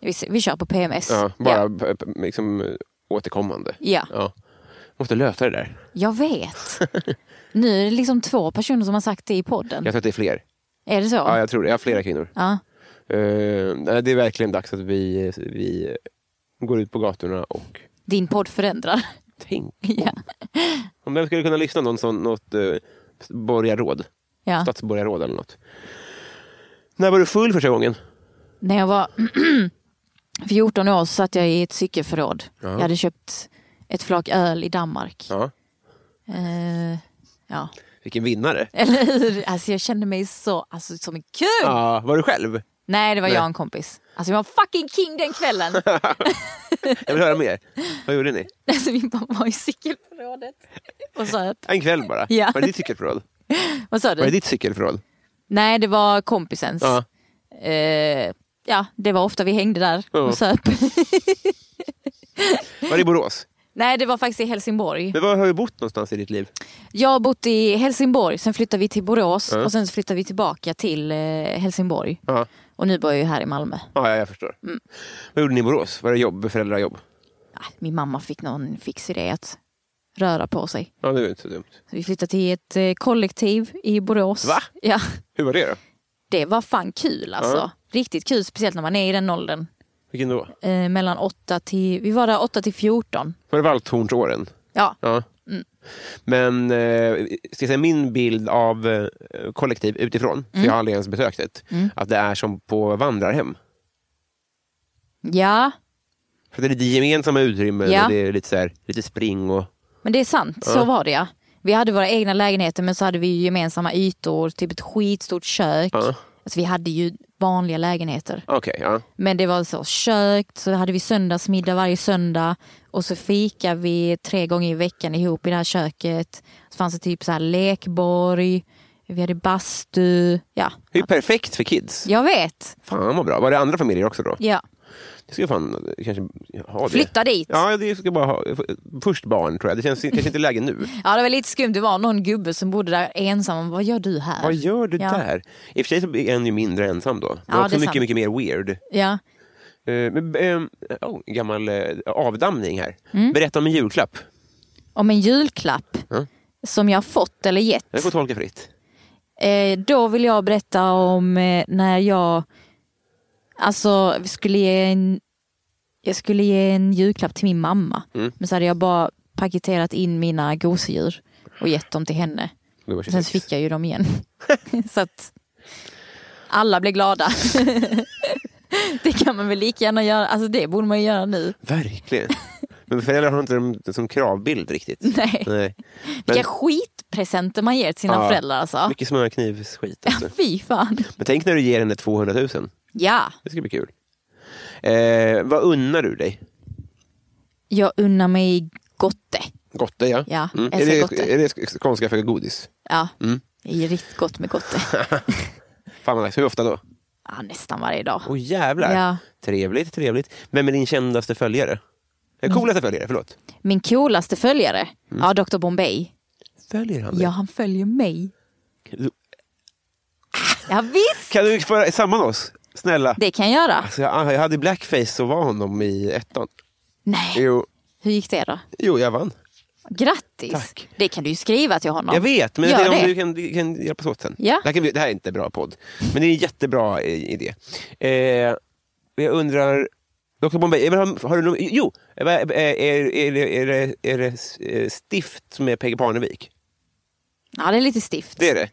vi, s- vi kör på PMS. ja, bara ja. p- p- liksom, eh, återkommande. Ja. Ja. Måste lösa det där. jag <laughs> vet. nu är det liksom två personer som har sagt det i podden. Jag tror att det är fler. Är det så? Ja, jag tror det. Jag har flera kvinnor. Ja. Eh, nej, det är verkligen dags att vi, vi eh, går ut på gatorna och Din podd förändrar. <laughs> tänker. ja. Om vem skulle kunna lyssna någon sån, något eh, borgarråd, Ja. stadsborgarråd eller något. När var du full första gången? När jag var <clears throat> 14 år så satt jag i ett cykelförråd. Ja. Jag hade köpt ett flak öl i Danmark. Ja. Eh, ja. Vilken <laughs> vinnare. Eller hur? Alltså jag kände mig så, alltså, som en kung. Ja, var du själv? Nej, det var Nej. jag och en kompis. Alltså jag var fucking king den kvällen. <laughs> Jag vill höra mer. Vad gjorde ni? alltså vi bara var i cykelförrådet och söp. En kväll bara? Ja. Var det ditt cykelförråd? Vad sa Var det du? ditt cykelförråd? Nej, det var kompisens. Ja. Eh, ja, det var ofta vi hängde där Ja. och söp. Var det i Borås? <laughs> Nej, det var faktiskt i Helsingborg. Men var har du bott någonstans i ditt liv? Jag har bott i Helsingborg, sen flyttade vi till Borås Ja. och sen så flyttade vi tillbaka till eh, Helsingborg. Ja, Och nu bor jag ju här i Malmö. ja jag förstår. Mm. Vad gjorde ni i Borås? Var det jobb? Föräldrajobb? Ah, Min mamma fick någon fix idé att röra på sig. Ja, det var ju inte så dumt. Så vi flyttade till ett eh, kollektiv i Borås. Va? Ja, Hur var det då? det var fan kul alltså. Ja. Riktigt kul, speciellt när man är i den åldern. Vilken då? Eh, mellan 8 till, vi var där 8 till 14. Var det Valthornsåren? Ja, Ja. Mm. Men eh, ska jag säga min bild av eh, kollektiv utifrån, för Mm. jag har aldrig ens besökt ett, att det är som på vandrarhem. ja. För det är lite gemensamma utrymmen Ja. och det är lite, så här, lite spring och... Men det är sant, så var det ja. Vi hade våra egna lägenheter men så hade vi ju gemensamma ytor, typ ett skitstort kök. Ja. Alltså, vi hade ju vanliga lägenheter. Okej, ja. Men det var så kök, så hade vi söndagsmiddag varje söndag och så fikade vi tre gånger i veckan ihop i det här köket. Så fanns det typ så här lekborg, vi hade bastu. Ja, Det är ju perfekt för kids. jag vet. Fan vad bra. Var det andra familjer också då? Ja. Det ska jag fan eh, kanske ha det. Flytta dit. Ja. Ja, det ska jag bara ha. Först barn tror jag. Det känns kanske inte läge <laughs> nu. det var lite skumt. Det var någon gubbe som bodde där ensam. Vad gör du här? Vad gör du Ja. där? I och för sig så är en ju mindre ensam då. Men Ja, också det är mycket, sant. mycket mer weird. Ja. Eh, Men, ehm, oh, gammal eh, avdamning här. Mm. Berätta om en julklapp. Om en julklapp Ja. som jag fått eller gett. Jag får tolka fritt. Eh, då vill jag berätta om eh, när jag alltså, vi skulle ge en, jag skulle ge en julklapp till min mamma. Mm. Men så hade jag bara paketerat in mina gosedjur och gett dem till henne. Det var Sen 26. så fick jag ju dem igen. <laughs> så att alla blev glada. <laughs> det kan man väl lika gärna göra. Alltså det borde man ju göra nu. Verkligen. Men föräldrar har inte dem som kravbild riktigt. Nej. <laughs> Nej. Men, Vilka skitpresenter man ger till sina Ja. föräldrar alltså. mycket smörknivsskit. <laughs> Alltså. Fy fan. Men tänk när du ger henne 200 000. Ja. Det ska bli kul. Eh, vad unnar du dig? Jag unnar mig gotte. Gotte, ja. Ja, jag Mm. Är, säger det, gotte. är det Mm. sk- skånska för godis? Ja, det är riktigt gott med <laughs> gotte. Fan vad nice. Hur ofta då? Ja, nästan varje dag. Åh jävlar. Ja. Trevligt, trevligt. Vem är din kändaste följare? Eh, Mm. Coolaste följare, förlåt. Min coolaste följare, Mm. ja Dr Bombay. Följer han dig? Ja, han följer mig. Du- Ja, visst, Kan du föra samman oss? Snälla. det kan jag göra. Alltså jag, jag hade blackface och var honom i ettan. Nej, Jo, hur gick det då? jo jag vann. Grattis! Tack. Det kan du ju skriva till honom. Jag vet, men Gör det är om det. du kan, du kan hjälpas åt sen. Ja. Det, här kan, bli- det här är inte en bra podd, men det är en jättebra eh, idé. Eh, jag undrar, Dr Bombay, eh, men har, har du någon, Jo, eh, vad- eh, är, är, det- är, det, är det eh, Stift som är Peggy Parnevik? Ja, det är lite stift. Det är det?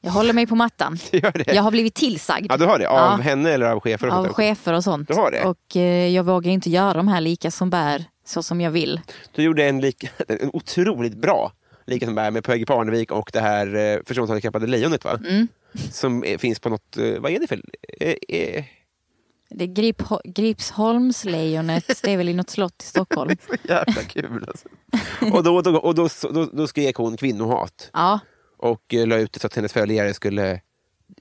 Jag håller mig på mattan. Gör <laughs> det? Jag har blivit tillsagd Ja, du har det? Av Ja. henne eller av chefer? och av sånt där? chefer och sånt. Du har det? Och eh, jag vågar inte göra de här lika som bär så som jag vill. Du gjorde en, lik, <laughs> en otroligt bra lika som bär med Peggy Parnevik och det här eh, förståndshandikappade lejonet va? Mm. Som eh, finns på något, eh, vad är det för... Eh, eh, Det är Grip, Gripsholmslejonet, det är väl i något slott i Stockholm. så jävla kul alltså. <laughs> Och då, då, och då, då, då skrek hon kvinnohat Ja, och eh, la ut det så att hennes följare skulle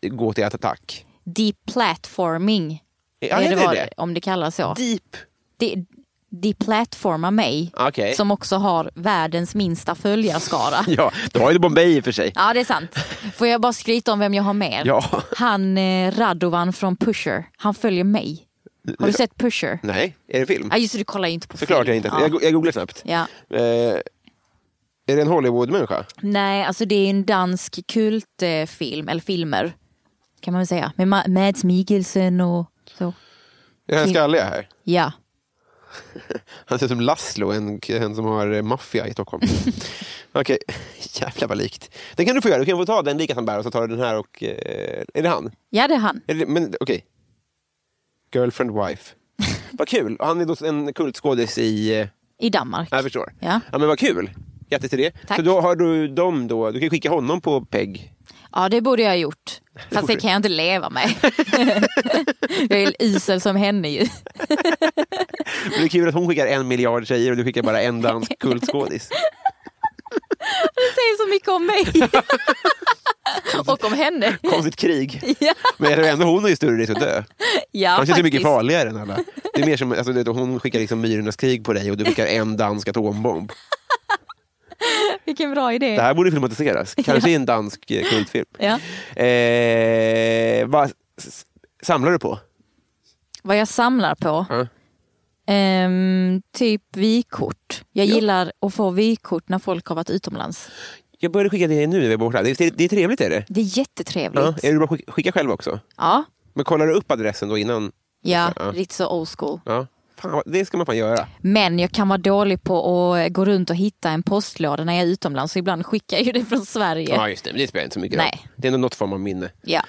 gå till attack. deplatforming. Ja, är är det det vad- det? Om det kallas så. Deep. Ah, De- Deplatforma mig. Okej. Som också har världens minsta följarskara. <laughs> Ja, det var ju Bombay i och för sig. ja, det är sant. Får jag bara skryta om vem jag har mer? Ja. <laughs> Han eh, Radovan från Pusher, han följer mig. Har du sett Pusher? Nej, är det en film? Ja, just det, du kollar ju inte på Såklart jag film. inte. Ja. Jag, go- jag googlar snabbt. Ja. Eh, är det en Hollywood-människa? Nej, alltså det är en dansk kultfilm, eller filmer kan man väl säga. Med Ma- Mads Mikkelsen och så. Är han Kim- skallig här? Ja. Han ser ut som Laszlo, en, en som har eh, maffia i Stockholm. <laughs> Okej, <laughs> jävlar vad likt. Den kan du få göra. Du kan få ta den lika som bär och så tar du den här och... Eh, är det han? ja, det är han. Är det, men okej. Girlfriend <laughs> wife. vad kul. Och Han är då en kultskådis i... eh, I Danmark. Jag förstår. Ja. ja men vad kul. Grattis till det. Tack. Så då har du dem då. Du kan skicka honom på PEG. Ja, det borde jag ha gjort. Fast borde det du. kan jag inte leva med. <laughs> jag är usel som henne ju. <laughs> Men det är kul att hon skickar en miljard tjejer och du skickar bara en <laughs> dansk kultskådis. Det säger så mycket om <laughs> mig. och om henne. <laughs> Konstigt krig. Ja, Men jag tror ändå hon är ju större risk att dö. ja Han känns ju mycket faktiskt. farligare än alla Det är mer <laughs> som, alltså, du vet, hon skickar liksom Myrornas krig på dig och du skickar en dansk atombomb. Vilken bra idé. Det här borde filmatiseras. Kanske i en dansk eh, kultfilm. Ja. Eh, vad s- samlar du på? Vad jag samlar på? Ja. Ehm, typ vykort. Jag gillar att få vykort när folk har varit utomlands. Jag började skicka det nu när vi är borta. Det är, det är trevligt. Är det? Det är Ja. jättetrevligt. Är det bra att skick- skicka själv också? Ja, Men kollar du upp adressen då innan? ja, Ja. riktigt så old school. Ja. Fan, vad- det ska man fan göra. Men jag kan vara dålig på att eh, gå runt och hitta en postlåda när jag är utomlands. Så ibland skickar jag ju det från Sverige. Ja, just det. Men Det spelar inte så mycket roll. Nej. Det är ändå något form av minne. Ja.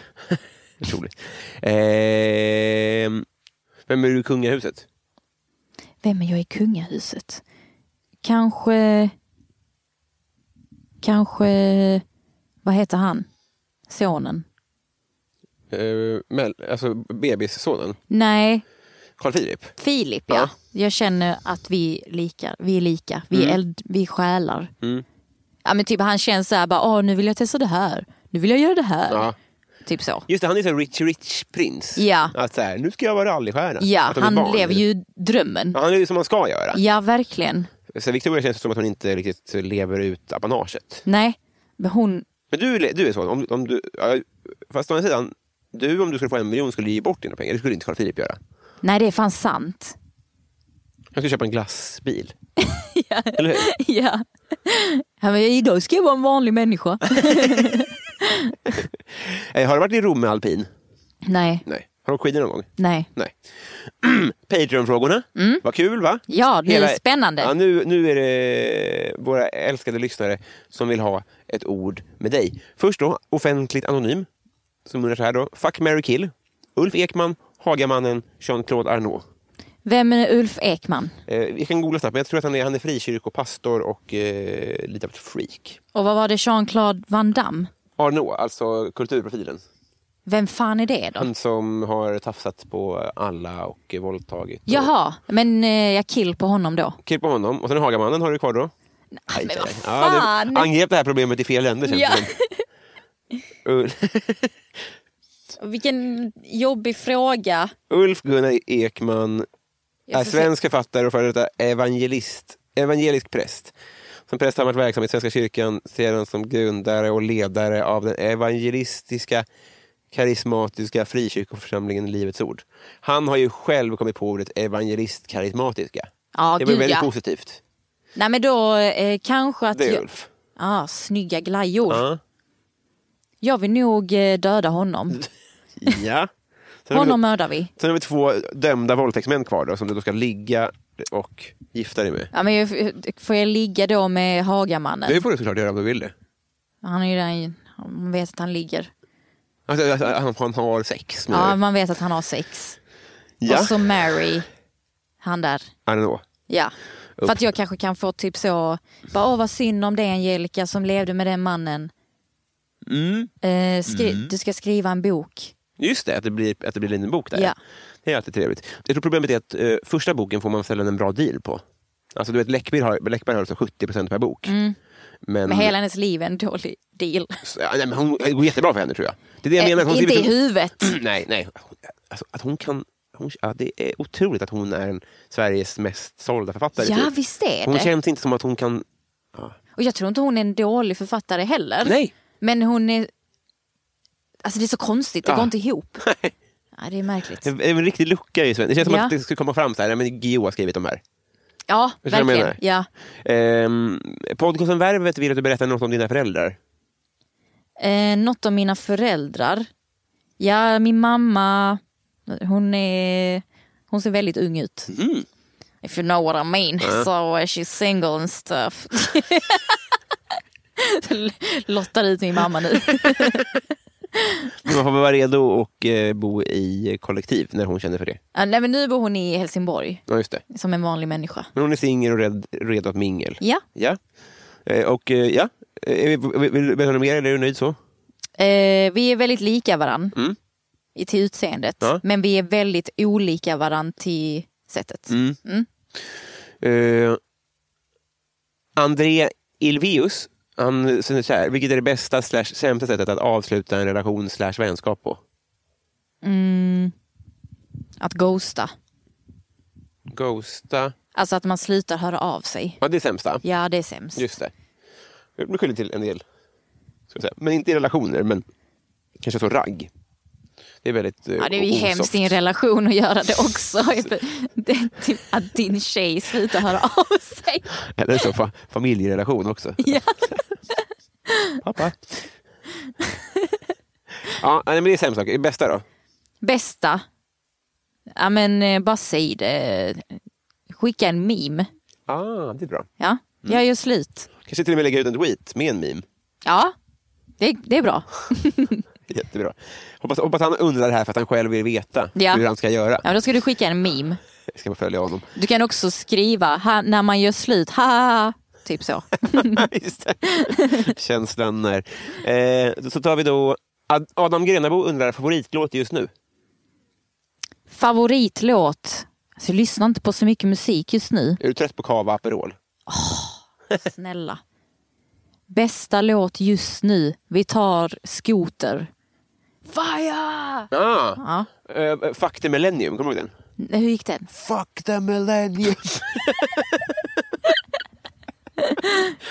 Otroligt. Ehm, vem är du i kungahuset? Vem är jag i kungahuset? Kanske... Kanske... Vad heter han? Sonen? Ehm, Mel, alltså bebissonen? Nej, Carl Philip? Filip ja. Ja. Jag känner att vi, likar, vi är lika. Vi är eld, vi är själar. Mm. Ja, men typ, han känns så här, bara, Åh, nu vill jag testa det här. Nu vill jag göra det här. Ja. Typ så. Just det, han är så rich rich prins. Ja. Att så här, nu ska jag vara rallystjärna. Ja, Att de är han barn. blev ju drömmen. Ja, han är ju som man ska göra. Ja, verkligen. Så Victoria känns som att hon inte riktigt lever ut apanaget. Nej, men hon... Men du, du är sån. Om, om du, ja, fast å andra sidan, du om du skulle få en miljon skulle ge bort dina pengar. Det skulle inte Carl Philip göra. Nej, det är fan sant. <laughs> Han skulle köpa en glassbil. Eller hur? ja. Han bara, idag ska jag vara en <laughs> vanlig människa. Eh, Har du varit i Rom med alpin? nej, Nej. Har du åkt skidor någon gång? nej. Nej. <clears throat> Patreon-frågorna. Mm. Vad kul va? Ja, det är spännande. Ja, nu, nu är det våra älskade lyssnare som vill ha ett ord med dig. Först då, offentligt anonym. Som undrar så här då. Fuck, Mary kill. Ulf Ekman, Hagamannen, Jean-Claude Arnault. Eh, Vem är Ulf Ekman? vi kan googla snabbt, men jag tror att han är, han är frikyrkopastor och eh, lite av ett freak. Och vad var det Jean-Claude Van Damme? Arnault, alltså kulturprofilen. Vem fan är det då? Han som har tafsat på alla och eh, våldtagit. och- Jaha, men eh, jag kill på honom då. Klipp på honom. Och sen Hagamannen har du kvar då. Aj, men aj, vad aj. Ja, fan! du angrep det här problemet i fel länder känns Ja. det som. <laughs> Ul- <laughs> Vilken jobbig fråga. Ulf Gunnar Ekman Jag är får se. svensk författare och före detta evangelist, evangelisk präst. Som präst har han varit verksam i Svenska kyrkan sedan som grundare och ledare av den evangelistiska karismatiska frikyrkoförsamlingen Livets Ord. Han har ju själv kommit på ordet evangelist-karismatiska. Ja, det var gud, väldigt ja. positivt. Nej men då eh, kanske att... Det är jag... Ulf. ah, snygga glajjor. Ja. Jag vill nog eh, <laughs> döda honom. ja. Sen har vi- Honom mördar vi. Sen har vi två dömda våldtäktsmän kvar då, som du då ska ligga och gifta dig med. Ja, men jag, får jag ligga då med Hagamannen? Det får du såklart göra om du vill det. Han är ju där, man vet att han ligger. Alltså, alltså, han, han har sex med Ja, man vet att han har sex. ja. Och så Mary, han där. Arnaud. Ja. För att jag kanske kan få typ så, bara, åh vad synd om det Angelica som levde med den mannen. Mm. Eh, skri- Du ska skriva en bok. Just det, att det blir, att det blir en liten bok där. Ja. Det är alltid trevligt. Jag tror problemet är att eh, första boken får man sällan en bra deal på. Alltså du vet, Läckberg har, Läckberg har alltså 70 per bok. Men, Mm. Men hela hennes liv är en dålig deal. ja, nej, men hon, det går jättebra för henne tror jag. Det är det jag menar. Hon Eh, inte skriver i så- huvudet. <clears throat> nej, nej. Alltså, att hon kan... Hon, ja, det är otroligt att hon är en Sveriges mest sålda författare. Ja, typ. visst är Hon det. känns inte som att hon kan... Och jag tror inte hon är en dålig författare heller. Nej! <laughs> Men hon är... Alltså det är så konstigt, det Ja. går inte ihop. Ja, det är märkligt. Det är en riktig lucka i svensk... Det känns som Ja. att det skulle komma fram så här, nej, men Guillou har skrivit de här. Ja, Förstår du vad jag verkligen. menar? Ja. Ehm, podcasten Värvet vill att du berättar något om dina föräldrar. Eh, något om mina föräldrar. Ja, min mamma, hon är... Hon ser väldigt ung ut. Mhm. If you know what I mean. So eh, she's single and stuff. <laughs> Lottar ut min <laughs> mamma nu. Man får väl vara redo och eh, bo i kollektiv när hon känner för det. Ah, Nej, men nu bor hon i Helsingborg, Ja, just det. som en vanlig människa. Men hon är singel och red, redo att mingel. Ja. Ja. Eh, och eh, ja, Eh, vill vill- vill du berätta något mer eller är du nöjd så? Eh, vi är väldigt lika varann Mm. i till utseendet. Ja. Men vi är väldigt olika varann till sättet. Mm. Eh, André Ilvius, han säger så här, vilket är det bästa slash sämsta sättet att avsluta en relation slash vänskap på? Att ghosta. Ghosta. Alltså att man slutar höra av sig. Ja, det är sämsta. Ja, det är sämst. Just det. Jag blir skyldig till en del. Ska jag säga. Men inte i relationer, men kanske så ragg. Det är väldigt eh, Ja, det är ju osoft. hemskt i en relation att göra det också. Det är typ att din tjej slutar höra av sig. Eller så fa familjerelation också. <laughs> Ja. Pappa. ja, nej, men det är sämst. Det bästa då? Bästa? Ja men eh, bara säg det. Skicka en meme. Ah, det är bra. Ja, jag gör slut. Kanske till och med lägga ut en tweet med en meme. Ja, det, det är bra. Jättebra. Hoppas, hoppas han undrar det här för att han själv vill veta Ja. hur han ska göra. Ja, men då ska du skicka en meme. Jag ska bara följa honom. Du kan också skriva ha, när man gör slut, ha, ha, ha. typ så. <laughs> <laughs> Just det. Känslan när... Eh, så tar vi då... Ad- Adam Grenabo undrar favoritlåt just nu. Favoritlåt? Alltså, jag lyssnar inte på så mycket musik just nu. Är du trött på kava och Aperol? Snälla. Bästa låt just nu. Vi tar skoter. Fire! Ah, Ja. eh, fuck the millennium, kommer du ihåg den? Nej, Hur gick den? Fuck the millennium!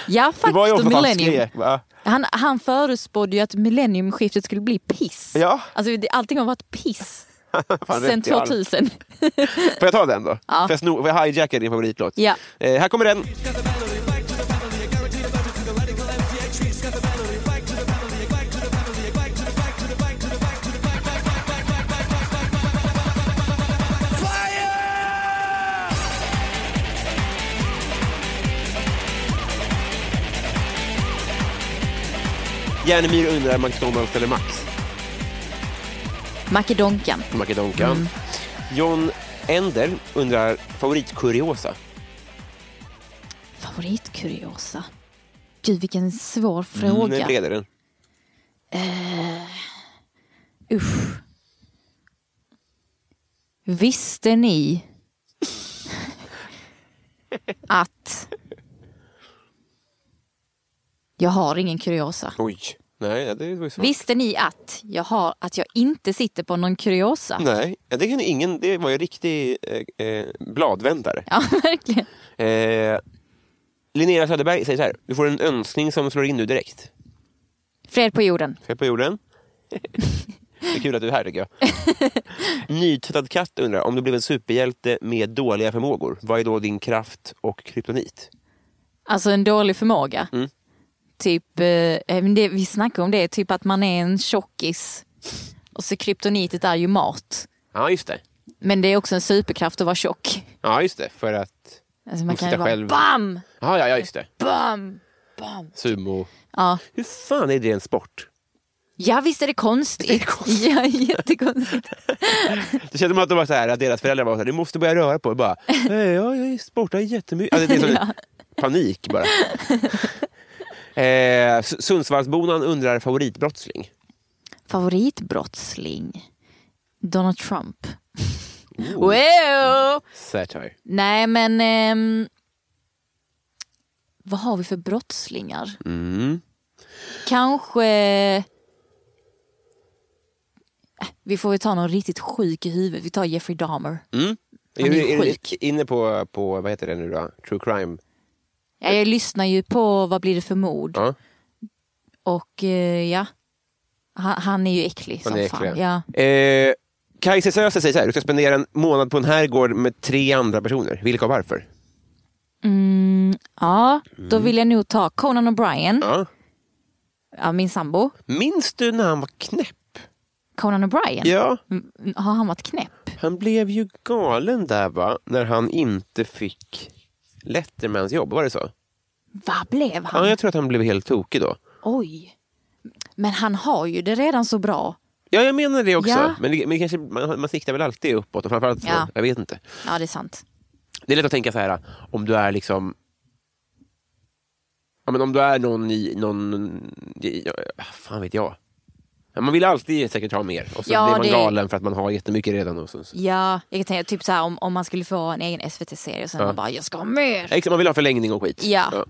Ja, Det var ju faktiskt ofta han Millennium. skrek. Va? Han, han förutspådde ju att millenniumskiftet skulle bli piss. Ja. Alltså, det, allting har varit piss Fan, sen rätt i allt. 2000. Får jag ta den då? Ja. Får, jag sno, får jag hijacka din favoritlåt? Ja. Eh, här kommer den. Järnemyr undrar McDonalds eller Max? Makedonkan. Makedonkan. John Ender undrar favoritkuriosa. Favoritkuriosa. Gud, vilken svår Mm, fråga. den leder den. Usch. Visste ni att jag har ingen kuriosa? Oj. Nej, ja, det var ju svårt. Visste ni att jag, har, att jag inte sitter på någon kuriosa? Nej, ja, det, kan ju ingen, det var ju en riktig eh, eh, bladvändare. Ja, <laughs> verkligen. Eh, Linnea Söderberg säger så här. Du får en önskning som slår in nu direkt. Fred på jorden. Fel på <laughs> jorden. det är kul att du är här tycker jag. <laughs> Nytvättad katt undrar. Om du blev en superhjälte med dåliga förmågor. Vad är då din kraft och kryptonit? Alltså en dålig förmåga. Mm. Typ, eh, men det, vi snackade om det, typ att man är en tjockis. Och så kryptonitet är ju mat. Ja, just det. Men det är också en superkraft att vara tjock. Ja, just det. För att... Alltså Man man kan sitter ju vara själv. BAM! Ja, ja, ja, just det. BAM! BAM! Sumo. Ja. Hur fan är det en sport? ja, visst är det konstigt? Det är konstigt. <laughs> Ja, jättekonstigt. Det känns som att, de var så här, att deras föräldrar var så här, du måste börja röra på dig. <laughs> Bara, "Eh, ja, jag sportar jättemycket. Alltså, det är sån panik <laughs> bara. Eh, S- Sundsvallsbonan undrar favoritbrottsling. Favoritbrottsling? Donald Trump. Wow! Satire. Nej, men... ehm, vad har vi för brottslingar? Mm. Kanske... Äh, Vi får väl ta någon riktigt sjuk i huvudet. Vi tar Jeffrey Dahmer. Mm. Är, är du- är, sjuk. du inne på, på, vad heter det nu då? True crime? Ja, jag lyssnar ju på Vad blir det för mord? Ja. Och eh, ja, han, han är ju äcklig Han som är fan. äcklig. Ja. Eh, Kajse Söze säger så här, du ska spendera en månad på en herrgård med tre andra personer. Vilka och varför? Mm, ja, då Mm. vill jag nog ta Conan O'Brien, Ja. ja, min sambo. Minns du när han var knäpp? Conan O'Brien, Ja. Mm, har han varit knäpp? Han blev ju galen där va, när han inte fick Lettermans jobb, var det så? Vad blev han? Ja, jag tror att han blev helt tokig då. Oj. Men han har ju det redan så bra. Ja, jag menar det också. Ja. Men, det, men kanske, man, man siktar väl alltid uppåt, och framförallt så, Ja. jag vet inte. Ja, det är sant. Det är lätt att tänka så här, om du är liksom Ja, men om du är någon i, någon, i- ja, fan vet jag. Ja, man vill alltid säkert ha mer och så Ja, blir man det- galen för att man har jättemycket redan. Och så, så. Ja, jag kan tänka typ så här om, om man skulle få en egen SVT-serie och sen Ja. man bara jag ska ha mer. Exakt, Liksom, Man vill ha förlängning och skit. Ja.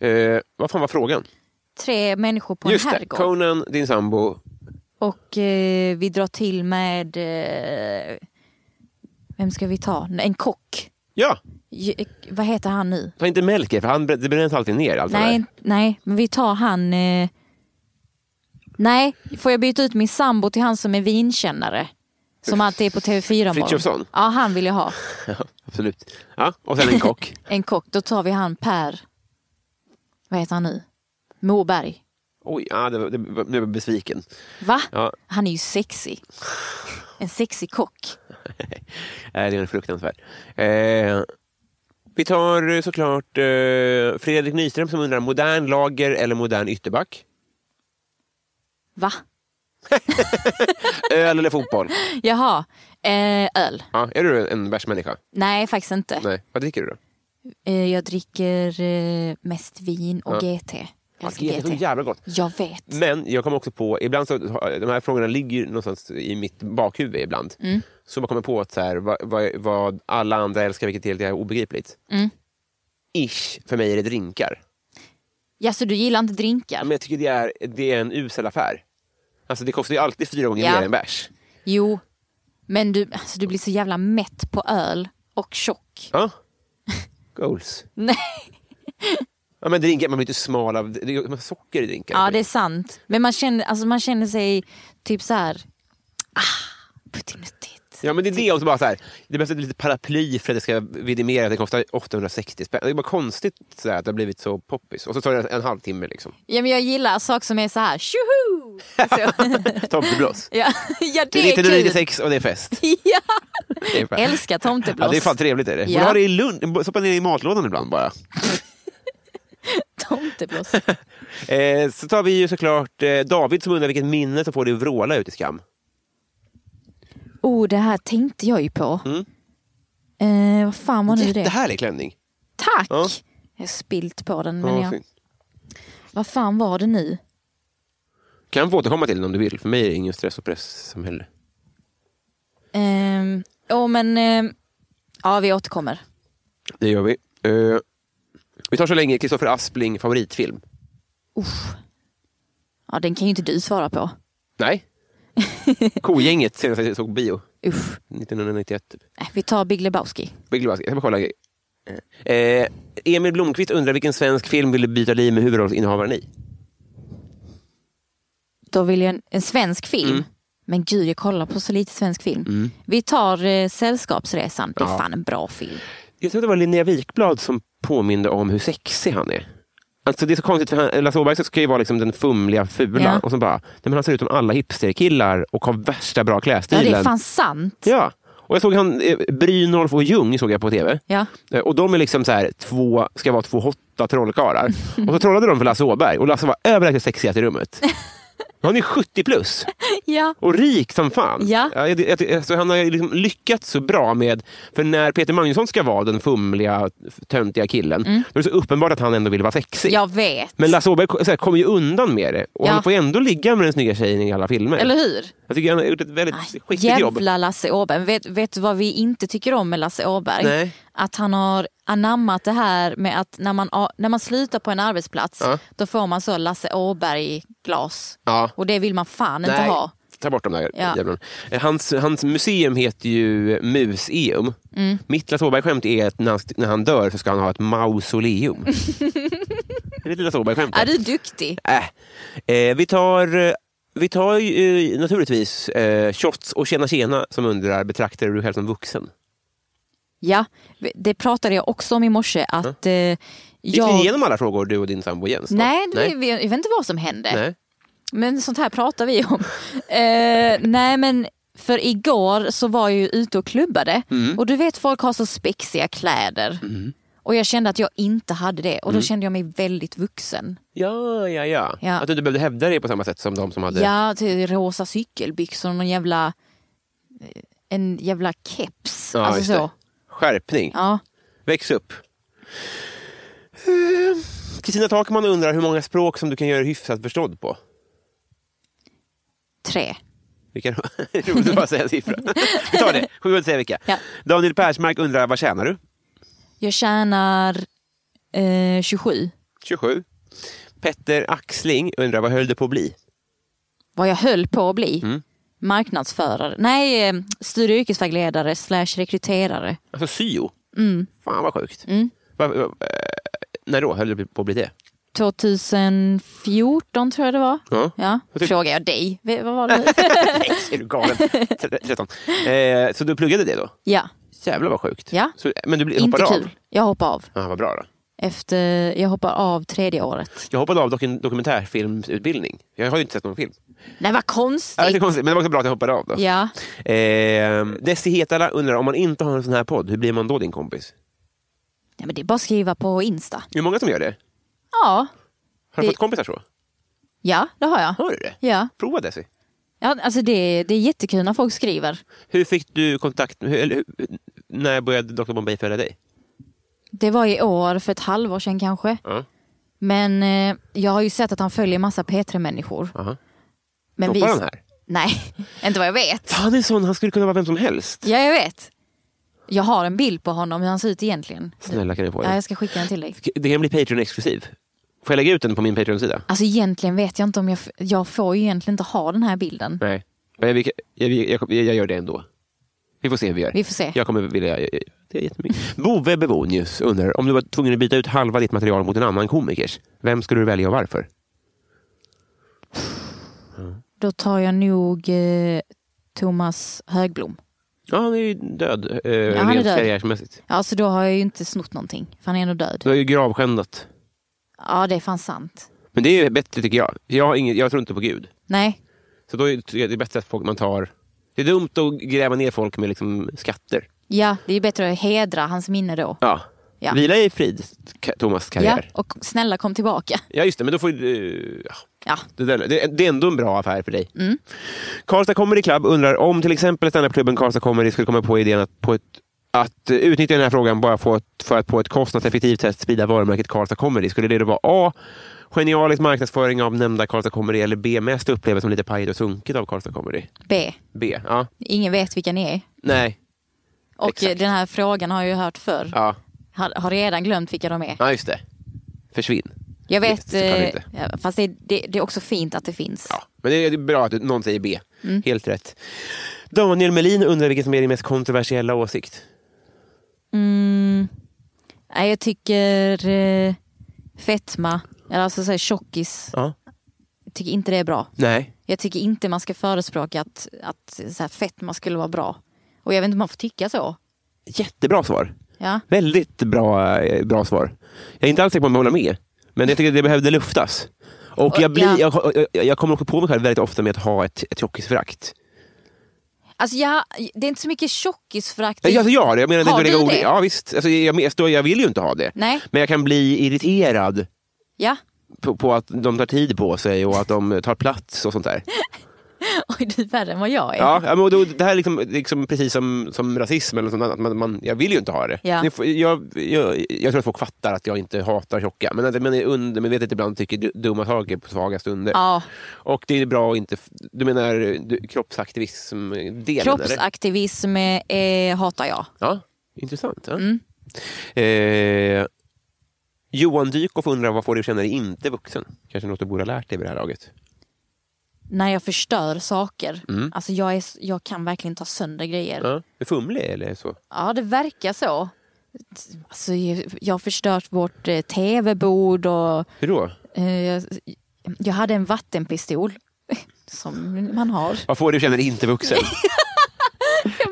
Ja. Eh, vad fan var frågan? Tre människor på Just en det, herrgård. Conan, din sambo, Och eh, vi drar till med eh, Vem ska vi ta? En kock. Ja, J- vad heter han nu? ta inte Melker för han, brä- det bränns alltid ner. Allt det Nej, där. nej, men vi tar han... Eh... Nej, får jag byta ut min sambo till han som är vinkännare? Som alltid är på TV4 Frithiofsson? Ja, han vill jag ha. Absolut. Ja, och sen en kock. <laughs> En kock. Då tar vi han Per... Vad heter han nu? Moberg. Oj, ja, det, var- det, var- nu blev jag besviken. Va? Ja. Han är ju sexy. En sexig kock. Nej, det är fruktansvärt. Eh, vi tar eh, såklart eh, Fredrik Nyström som undrar modern lager eller modern ytterback? Va? Öl eller fotboll? Jaha. Eh, öl? Ja, är du en bärsmänniska? Nej, faktiskt inte. Nej. Vad dricker du då? Eh, jag dricker eh, mest vin och GT. Jag Ja, det är så älskar GT. jävla gott. Jag vet. Men jag kommer också på, ibland så, de här frågorna ligger ju någonstans i mitt bakhuvud ibland. Mm. Så man kommer på att så här, vad, vad, vad alla andra älskar, vilket är helt obegripligt. Mm. Ish, för mig är det drinkar. Ja, så du gillar inte drinkar? Men jag tycker det är, det är en usel affär. Alltså det kostar ju alltid fyra gånger Ja. mer än bärs. Jo, men du, alltså, du blir så jävla mätt på öl och tjock. <laughs> Ja. Goals. Nej. Ja, men drinkar, man blir inte smal av det är- man har socker i drinkar. Ja, det är sant. Men man känner, alltså, man känner sig typ så här... Ah, puttinuttigt. Ja, men det är det. Och så bara så här, det behövs ett litet paraply för att det ska vidimera att det kostar 860 spänn. Det är bara konstigt så här, att det har blivit så poppis. Och så tar det en halvtimme. <laughs> Liksom. Ja, men jag gillar saker som är så här... Tjoho! Så. Tomteblås. ja, <laughs> ja, Det är det är kul. 1996 och det är fest. <laughs> Ja, Det är fan, älskar ja, tomteblås. det är fan trevligt. Är det. Ja. Borde ha det i Lund. Stoppa ner det i matlådan ibland bara. tomteblås. Eh, så tar vi ju såklart eh, David som undrar vilket minne som får dig att vråla ut i skam. Oh, det här tänkte jag ju på. Mm. Eh, vad fan var nu det? Jättehärlig klänning. Tack! Ja. Jag har spilt på den. Men Ja, jag, fint. vad fan var det nu? Kan få återkomma till den om du vill. För mig är det ingen stress och press-samhälle. Ehm, åh, men... ehm, ja, vi återkommer. Det gör vi. Eh, vi tar så länge Kristoffer Aspling favoritfilm. Ja, den kan ju inte du svara på. Nej. <laughs> Kogänget senast jag såg bio. Usch. 1991. typ. Nej, Vi tar Big Lebowski. Big Lebowski. Jag ska bara kolla. en grej. Eh, Emil Blomqvist undrar vilken svensk film vill du byta liv med huvudrollsinnehavaren i? Då vill jag en, en svensk film. Mm. Men gud, jag kollar på så lite svensk film. Vi tar eh, Sällskapsresan. Det är fan en bra film. Jag tror det var Linnea Wikblad som påminde om hur sexig han är. Alltså det är så konstigt, för han- Lasse Åberg ska ju vara liksom den fumliga, fula. Ja. Och så bara, nej men han ser ut som alla hipsterkillar och har värsta bra Ja, klädstilen. det är fan sant. Ja. Och jag såg han, eh, Brynolf och Ljung såg jag på tv. Ja. Eh, Och de är liksom så här, två, ska vara två hotta <laughs> trollkarlar. Och så trollade de för Lasse Åberg och Lasse var överlägset sexigast i <laughs> rummet. Han är 70 plus ja. och rik som fan. Ja. jag- jag- jag- så han har ju liksom lyckats så bra med... För när Peter Magnusson ska vara den fumliga, töntiga killen, Mm. då är det så uppenbart att han ändå vill vara sexig. Jag vet. Men Lasse Åberg ko- så här, kommer ju undan med det. Och Ja. han får ju ändå ligga med den snygga tjejen i alla filmer. Eller hur? Jag tycker han har gjort ett väldigt Aj, skickligt jobb. Jävla Lasse Åberg. Men Vet, vet du vad vi inte tycker om med Lasse Åberg? Nej. Att han har anammat det här med att när man, a- när man slutar på en arbetsplats Ja. då får man så Lasse Åberg-glas. Ja. Och det vill man fan inte Nej, ha. Ta bort de där Ja. jävlarna. Eh, Hans, hans museum heter ju Museum. Mm. Mitt Lasse Åberg-skämt är att när han, när han dör så ska han ha ett <laughs> mausoleum. det är lite Lasse Åberg-skämt. Är du duktig? Äh. Eh, vi tar, eh, vi tar ju, eh, naturligtvis eh, Shots och Tjena Tjena som undrar betraktar du dig själv som vuxen? Ja, det pratade jag också om i morse. Att, eh, Gick jag... ni igenom alla frågor du och din sambo Jens? då? Nej, det, Nej. Vi, jag vet inte vad som hände. Nej. Men sånt här pratar vi om. <laughs> eh, nej men för igår så var jag ju ute och klubbade Mm. och du vet folk har så spexiga kläder. Och jag kände att jag inte hade det Mm. och då kände jag mig väldigt vuxen. Ja, ja, ja, Ja. Att du inte behövde hävda dig på samma sätt som de som hade... Ja, till rosa cykelbyxor och någon jävla, eh, en jävla keps. Ja, alltså just det. så. Skärpning. Ja. Väx upp. Eh, Kristina Takman undrar hur många språk som du kan göra dig hyfsat förstådd på. Tre. Vilka då? <laughs> Roligt att bara säga en siffra. Vi tar det. Sju att säga vilka. Ja. Daniel Persmark undrar vad tjänar du? Jag tjänar eh, 27. 27. Petter Axling undrar vad höll du på att bli? Mm. Vad jag höll på att bli. marknadsförare, nej eh, studie och yrkesvägledare slash rekryterare. Alltså syo. Mm. Fan vad sjukt. Mm. Va, va, eh, när då höll det på att bli det? 2014 tror jag det var. Ja. Ja, Jag tyck- frågar jag dig. V- Vad var det? <laughs> Nej, är du galen? Tre- Tretton. Eh, så du pluggade det då? ja, Jävlar vad sjukt. Ja. Så, men du blir- inte hoppade av? kul. Jag hoppade av. Ja, vad bra då. Efter, jag hoppar av tredje året. Jag hoppade av doku- dokumentärfilmsutbildning. Jag har ju inte sett någon film. Nej Ja, vad det är konstigt. konstigt, men det var också bra att jag hoppade av. Då. Ja, Eh, Desi Hetala undrar, om man inte har en sån här podd, hur blir man då din kompis? ja men det är bara att skriva på Insta. Hur många som gör det? Ja, Har du Det- fått kompisar så? ja det har jag. Hör du det? Ja, Prova Desi. ja alltså det, det är jättekul när folk skriver. Hur fick du kontakt, hur, eller, hur, när började Dr Bombay följa dig? Det var i år, för ett halvår sedan kanske. Ja. Men eh, jag har ju sett att han följer massa P3-människor. Aha. Men Toppar han här? Nej, <laughs> inte vad jag vet. Fan, det är sån, han skulle kunna vara vem som helst. Ja, jag vet. Jag har en bild på honom, hur han ser ut egentligen. Snälla kan du få Ja, den? jag ska skicka den till dig. Det kan bli Patreon-exklusiv. Får jag lägga ut den på min Patreon-sida? Alltså egentligen vet jag inte om jag... f- Jag får ju egentligen inte ha den här bilden. Nej, men vi- jag, jag, jag, jag gör det ändå. Vi får se hur vi gör. Vi får se. Jag kommer vilja... Jag, jag, det är jättemycket. Bove Bevonius undrar, om du var tvungen att byta ut halva ditt material mot en annan komikers, vem skulle du välja och varför? Då tar jag nog eh, Thomas Högblom. Ja, han är ju död, eh, han är rent död. karriärsmässigt. Ja, så då har jag ju inte snott någonting. För han är ändå död. Du har ju gravskändat. Ja, det är fan sant. Men det är ju bättre tycker jag. Jag, har inget, jag tror inte på Gud. Nej, Så då är tycker jag det är bättre att folk man tar... Det är dumt att gräva ner folk med liksom skatter. ja, det är ju bättre att hedra hans minne då. Ja. Ja. Vila i frid, Ka- Thomas Ja, karriär. Ja. och snälla kom tillbaka. just det. Men då får eh, du... Ja. Ja, Det, där, det, det är ändå en bra affär för dig. Karlstad Comedy Club undrar om till exempel standupklubben Karlstad Comedy skulle komma på idén att, på ett, att eh, utnyttja den här frågan bara för att, för att på ett kostnadseffektivt sätt sprida varumärket Karlstad Comedy. Skulle det då vara A. Genialisk marknadsföring av nämnda Karlstad Comedy eller B. Mest upplevas som lite pajigt och sunkigt av Karlstad Comedy? B. B. Ja. Ingen vet vilka ni är. Nej. Och Exakt. eh, den här frågan har jag ju hört förr. Ja. Har, har redan glömt vilka de är. ja, just det. Försvinn. Jag vet, det kan eh, inte. ja, fast det, det, det är också fint att det finns. Ja, men det är bra att du- någon säger B. Mm. Helt rätt. Daniel Melin undrar vilken som är din mest kontroversiella åsikt. Mm. Nej, jag tycker eh, fetma, eller alltså så här tjockis, Ja. jag tycker inte det är bra. Nej. Jag tycker inte man ska förespråka att, att så här, fetma skulle vara bra. Och jag vet inte om man får tycka så. Jättebra svar. Ja, Väldigt bra, eh, bra svar. Jag är inte alls säker på om jag håller med, men jag tycker att det behövde luftas. Och jag, blir, jag, jag, jag kommer också på mig själv väldigt ofta med att ha ett, ett tjockisförakt. alltså jag, det är inte så mycket tjockisförakt. Ja, Alltså jag har det, jag menar Har inte att du lägga ord i- det? Ja visst, alltså jag, men- jag, står- jag vill ju inte ha det. Nej, Men jag kan bli irriterad ja. <laughs> på, på att de tar tid på sig och att de tar plats och sånt där. Oj, du är värre än vad jag är. Ja, ja, men och då, det här är liksom, liksom precis som, som rasism eller sånt annat. Man, man, jag vill ju inte ha det. Ja. Ni får- Jag, jag, jag tror att folk fattar att jag inte hatar tjocka, men att man är undermedvetet ibland tycker du- dumma saker på svaga stunder. Ja, Och det är bra att inte... f- Du menar du, kroppsaktivism-delen? eller? kroppsaktivism eh, eh, hatar jag. Ja, intressant. Ja. Mm. Eh, Johan Dykhoff undrar vad får du känna dig inte vuxen? Kanske något du borde ha lärt dig vid det här laget? när jag förstör saker. Mm. Alltså jag, är, s- jag kan verkligen ta sönder grejer. Ja, Ja. Är fumlig eller så? det verkar så. Alltså, jag har förstört vårt eh, tv-bord och Hur då? eh, jag, jag hade en vattenpistol. <laughs> Som man har. Vad får du känna dig inte <laughs> vuxen?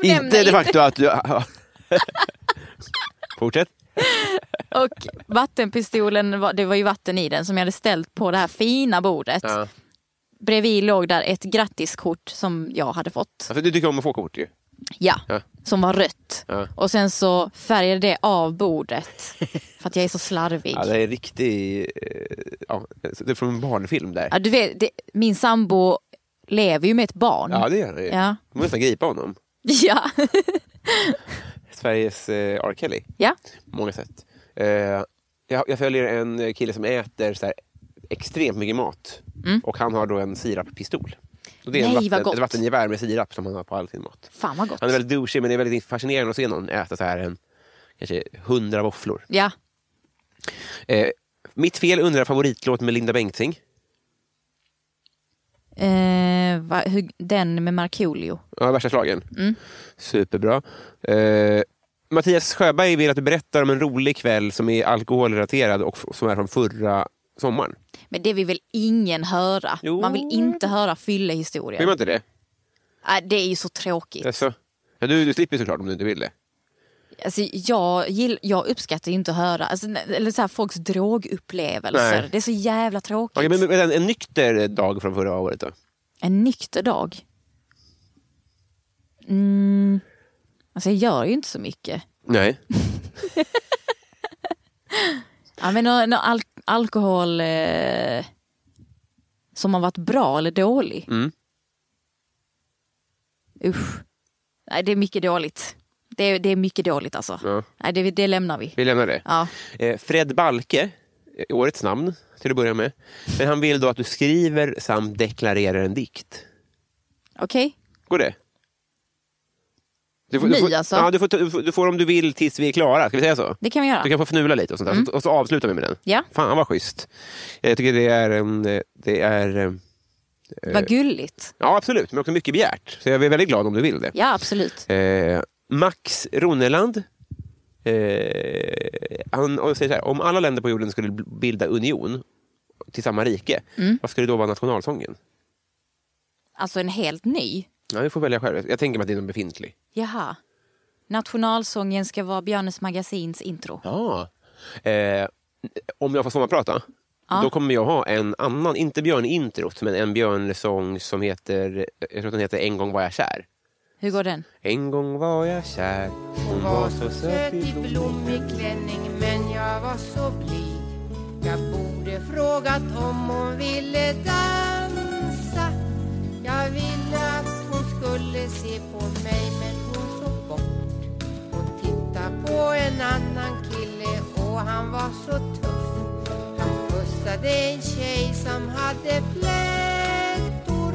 nämner inte det inte. faktum att du... <laughs> Fortsätt. Och vattenpistolen, var- det var ju vatten i den som jag hade ställt på det här fina bordet. Ja. Bredvid låg där ett grattiskort som jag hade fått. Alltså, du tycker om att få kort ju. Ja, Ja. som var rött. Ja. Och sen så färgade det av bordet. För att jag är så <laughs> slarvig. Ja, det är en riktig... eh, Ja, det är från en barnfilm där. Ja, du vet, det, min sambo lever ju med ett barn. Ja, det gör han ju. Ja. Man måste nästan gripa honom. <laughs> Ja. Sveriges eh, R. Kelly. ja. På många sätt. Eh, jag, jag följer en kille som äter så här, extremt mycket mat. Och han har då en sirappistol. Och det är Mm. Nej, en vad vatten, gott. ett vattengevär med sirap som han har på all sin mat. Fan vad gott. Han är väldigt douchig men det är väldigt fascinerande att se någon äta så här en, kanske hundra våfflor. Ja. Eh, mitt fel undrar favoritlåt med Linda Bengtzing. Eh, va, hur, den med Markoolio. Ja, värsta slagen. Superbra. Eh, Mattias Sjöberg vill att du berättar om en rolig kväll som är alkoholrelaterad och f- som är från förra sommaren. Men det vill väl ingen höra? Jo. Man vill inte höra Vill man fyllehistorier. inte det? Ah, det är ju så tråkigt. Alltså, ja, du, du slipper såklart om du inte vill det. Alltså, jag, gill, jag uppskattar ju inte att höra alltså, n- eller så här, folks drogupplevelser. Nej. Det är så jävla tråkigt. Okej, men, men en, en nykter dag från förra året då? En nykter dag? Mm. Alltså jag gör ju inte så mycket. Nej. Ja, men nå- nå al- alkohol eh, som har varit bra eller dålig. Mm. Usch. Nej, det är mycket dåligt. Det är, det är mycket dåligt alltså. Ja. Nej, det, det lämnar vi. Vi lämnar det. Ja. Eh, Fred Balke, eh, årets namn till att börja med. Men han vill då att du skriver samt deklarerar en dikt. Okej. Går det? Du Ni, du får, alltså? Ja, du får, ta- du, får, du får om du vill tills vi är klara. Ska vi säga så? Det kan vi göra. Du kan få fnula lite och sånt där. Mm. Och så- Och så avslutar vi med den. Ja. Fan vad schysst. Jag tycker det är... en, eh, Det är eh, Vad gulligt. ja, absolut. Men också mycket begärt. Så jag är väldigt glad om du vill det. Ja, absolut. Eh, Max Roneland. Eh, han han säger så här, om alla länder på jorden skulle bilda union till samma rike, Mm. vad skulle då vara nationalsången? Alltså en helt ny. Ja, du får välja själv. Jag tänker mig att det är någon befintlig. Jaha. Nationalsången ska vara Björnes magasins intro. Ja. Eh, om jag får sommarprata, då kommer jag ha en annan, inte Björn-introt, men en Björn-sång som heter, jag tror att den heter En gång var jag kär. Hur går den? En gång var jag kär, hon var så söt i blom. blommig klänning men jag var så blyg Jag borde frågat om hon ville dansa Jag ville att hon skulle se på mig men hon såg bort Hon tittade på en annan kille och han var så tuff Han pussade en tjej som hade flätor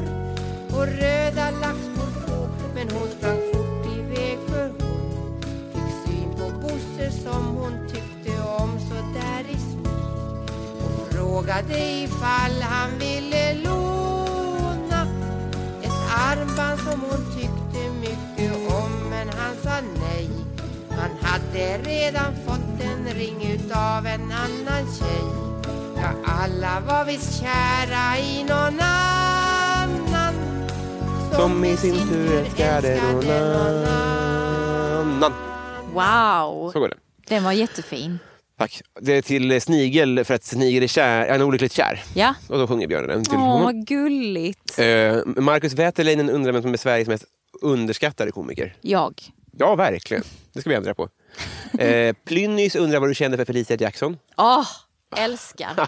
och röda laxor på men hon sprang fort iväg för hon fick syn på Bosse som hon tyckte om så där i smyg. Hon frågade ifall han ville låna ett armband som hon tyckte mycket om men han sa nej. Han hade redan fått en ring utav en annan tjej. Ja, alla var visst kära i någon annan Som i sin tur älskade någon annan. Wow! Så går det. Den var jättefin. Tack. Det är till eh, Snigel för att Snigel är kär, är en olyckligt kär. Ja. Och då sjunger björnen den till Åh, honom. vad gulligt. Eh, Marcus Wäterleinen undrar vem som är Sveriges mest underskattade komiker. Jag. Ja, verkligen. Det ska vi ändra på. Eh, Plynnis undrar vad du känner för Felicia Jackson. Åh, älskar.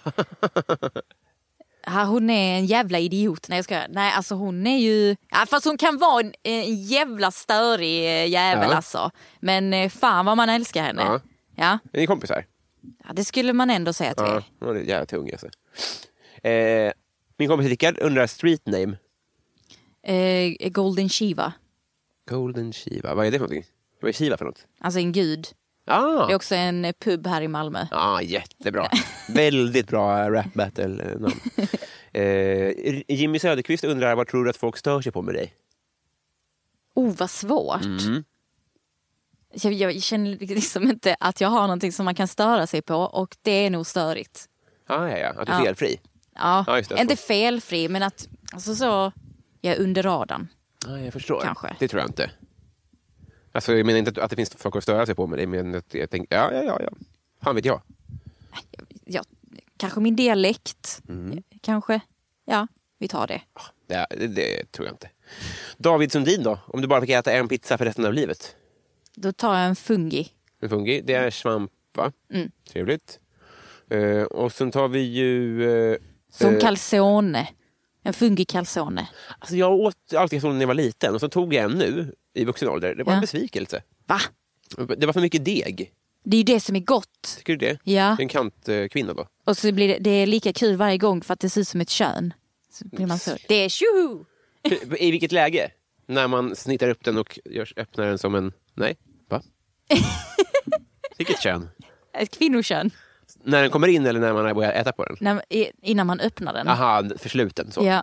Ja, hon är en jävla idiot. Nej, jag skojar. Nej, alltså hon är ju... Ja, fast hon kan vara en, en jävla störig eh, jävel Ja. alltså. Men eh, fan vad man älskar henne. Ja. Ja. Ja. Är ni kompisar? det skulle man ändå säga att vi Ja, är. hon är jävla tung alltså. Eh, min kompis Rickard undrar street name. Eh, Golden Shiva. Golden Shiva. Vad är det för någonting? Vad är Shiva för något? Alltså en gud. Ah. Det är också en eh, pub här i Malmö. Ja, jättebra. Väldigt bra rap battle-namn. Eh, Jimmy Söderqvist undrar vad tror du att folk stör sig på med dig? Oh, vad svårt. Jag, jag känner liksom inte att jag har någonting som man kan störa sig på och det är nog störigt. Ah, ja, ja, att du är Ja. felfri. Ja, Ja, just det, inte så. felfri men att alltså så, jag är under radarn. Ah, jag förstår. Kanske. Det tror jag inte. Alltså, jag menar inte att- att det finns folk att störa sig på med dig, men att jag tänkte, ja, ja, ja, ja. Fan vet jag. Jag, kanske min dialekt, Mm. kanske. Ja, vi tar det. Det, det, det tror jag inte. David Sundin då? Om du bara fick äta en pizza för resten av livet? Då tar jag en fungi. En fungi. Det är svamp, va? Mm. Trevligt. Eh, och sen tar vi ju... eh, Som eh, calzone. En fungi calzone. Alltså jag åt alltid kalsoner när jag var liten och så tog jag en nu i vuxen ålder. Det var en Ja. besvikelse. Va? Det var för mycket deg. Det är ju det som är gott. Tycker du det? Det Ja. är En kantkvinna då. Och så blir det, det är lika kul varje gång för att det ser ut som ett kön. Så blir man så, det är tjoho! I vilket läge? När man snittar upp den och görs, öppnar den som en... Nej, va? <laughs> vilket kön? Ett kvinnokön. När den kommer in eller när man börjar äta på den? När, i- innan man öppnar den. Aha, försluten så. Mm. Ja.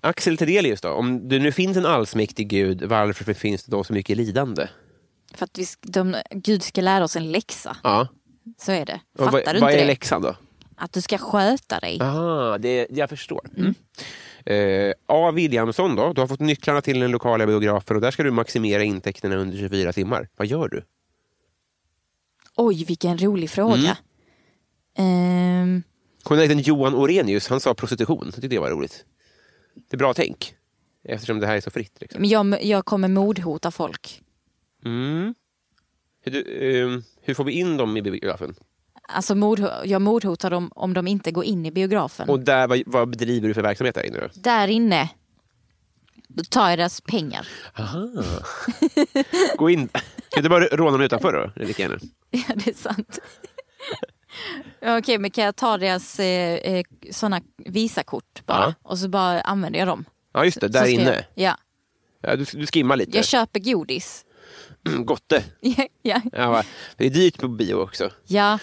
Axel Tedelius då, om det nu finns en allsmäktig gud, varför finns det då så mycket lidande? För att vi, sk- de, Gud ska lära oss en läxa. Ja. Så är det. Och Fattar vad, du vad är inte det? läxan då? Att du ska sköta dig. Aha, det, jag förstår. Mm. Eh, A. Williamson, då, du har fått nycklarna till den lokala biografen och där ska du maximera intäkterna under 24 timmar. Vad gör du? Oj, vilken rolig Mm. fråga. Ehm, Journalisten Johan Orenius han sa prostitution. Jag tyckte det var roligt. Det är bra tänk, eftersom det här är så fritt. Liksom. men jag, jag kommer mordhota folk. Mm. Hur, du, ehm, hur får vi in dem i biografen? Alltså mord, jag mordhotar dem om de inte går in i biografen. Och där, vad, vad bedriver du för verksamhet där inne? Då? Där inne, då tar jag deras pengar. <laughs> <laughs> Gå in. Kan du bara råna dem utanför då? Det är lika gärna. Ja, det <laughs> är sant. Ja, Okej, men kan jag ta deras eh, eh, såna visakort bara? Ja. Och så bara använder jag dem. Ja, just det. Där så ska inne. Jag, ja, Ja, du, du skimmar lite. jag köper godis. <laughs> Mm, Gotte. ja, ja. Ja, va. det är dyrt på bio också. ja,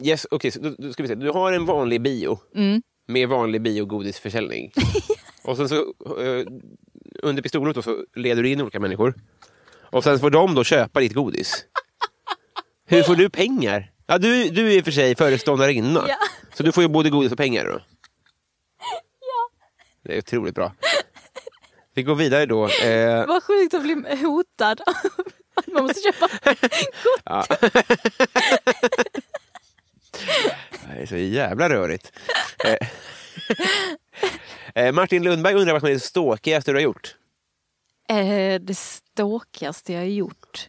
Yes, okay, så då, då ska vi se. Du har en vanlig bio med vanlig biogodisförsäljning. och sen så, eh, under pistolhot då, så leder du in olika människor. Och sen får de då köpa ditt godis. Hur får du pengar? Ja, du, du är i och för sig föreståndarinna. Ja. Så du får ju både godis och pengar. Då. Det är otroligt bra. Vi går vidare då. Eh, vad sjukt att bli hotad. Att <laughs> Man måste köpa Det är så jävla rörigt. Eh, <laughs> eh, Martin Lundberg undrar vad som är det ståkigaste du har gjort. Eh, det stalkigaste jag har gjort?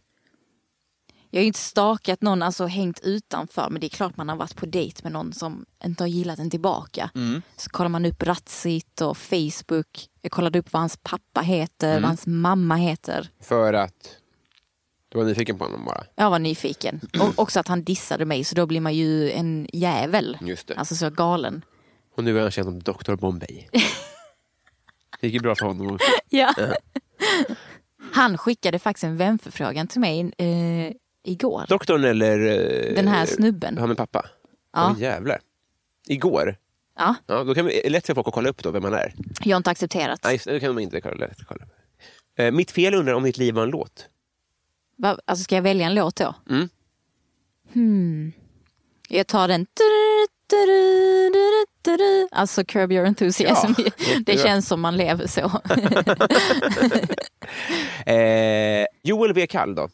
Jag har ju inte stakat någon, alltså hängt utanför. Men det är klart man har varit på dejt med någon som inte har gillat en tillbaka. Mm. Så kollar man upp Ratsit och Facebook. Jag kollade upp vad hans pappa heter, Mm. vad hans mamma heter. För att du var nyfiken på honom bara. Jag var nyfiken. <clears throat> Och också att han dissade mig, så då blir man ju en jävel. Just det. Alltså så galen. Och nu är han känd som Dr Bombay. Det gick ju bra för honom. också. Ja. Eh. Han skickade faktiskt en vänförfrågan till mig eh, igår. Doktorn eller... eh, Den här snubben. Han med pappa? Ja. Åh, jävlar. Igår? Ja, Ja, då kan vi, är lätt för folk att kolla upp då vem man är. jag har inte accepterat. Nej, just det, det kan de inte kolla, lätt kolla upp. Eh, mitt fel undrar om ditt liv var en låt. Va, alltså ska jag välja en låt då? Mm. Hmm. Jag tar den... tudu, tudu, tudu, tudu. Alltså Curb Your Enthusiasm. Ja, det jättebra. känns som man lever så. Eh, Joel V. Kall då?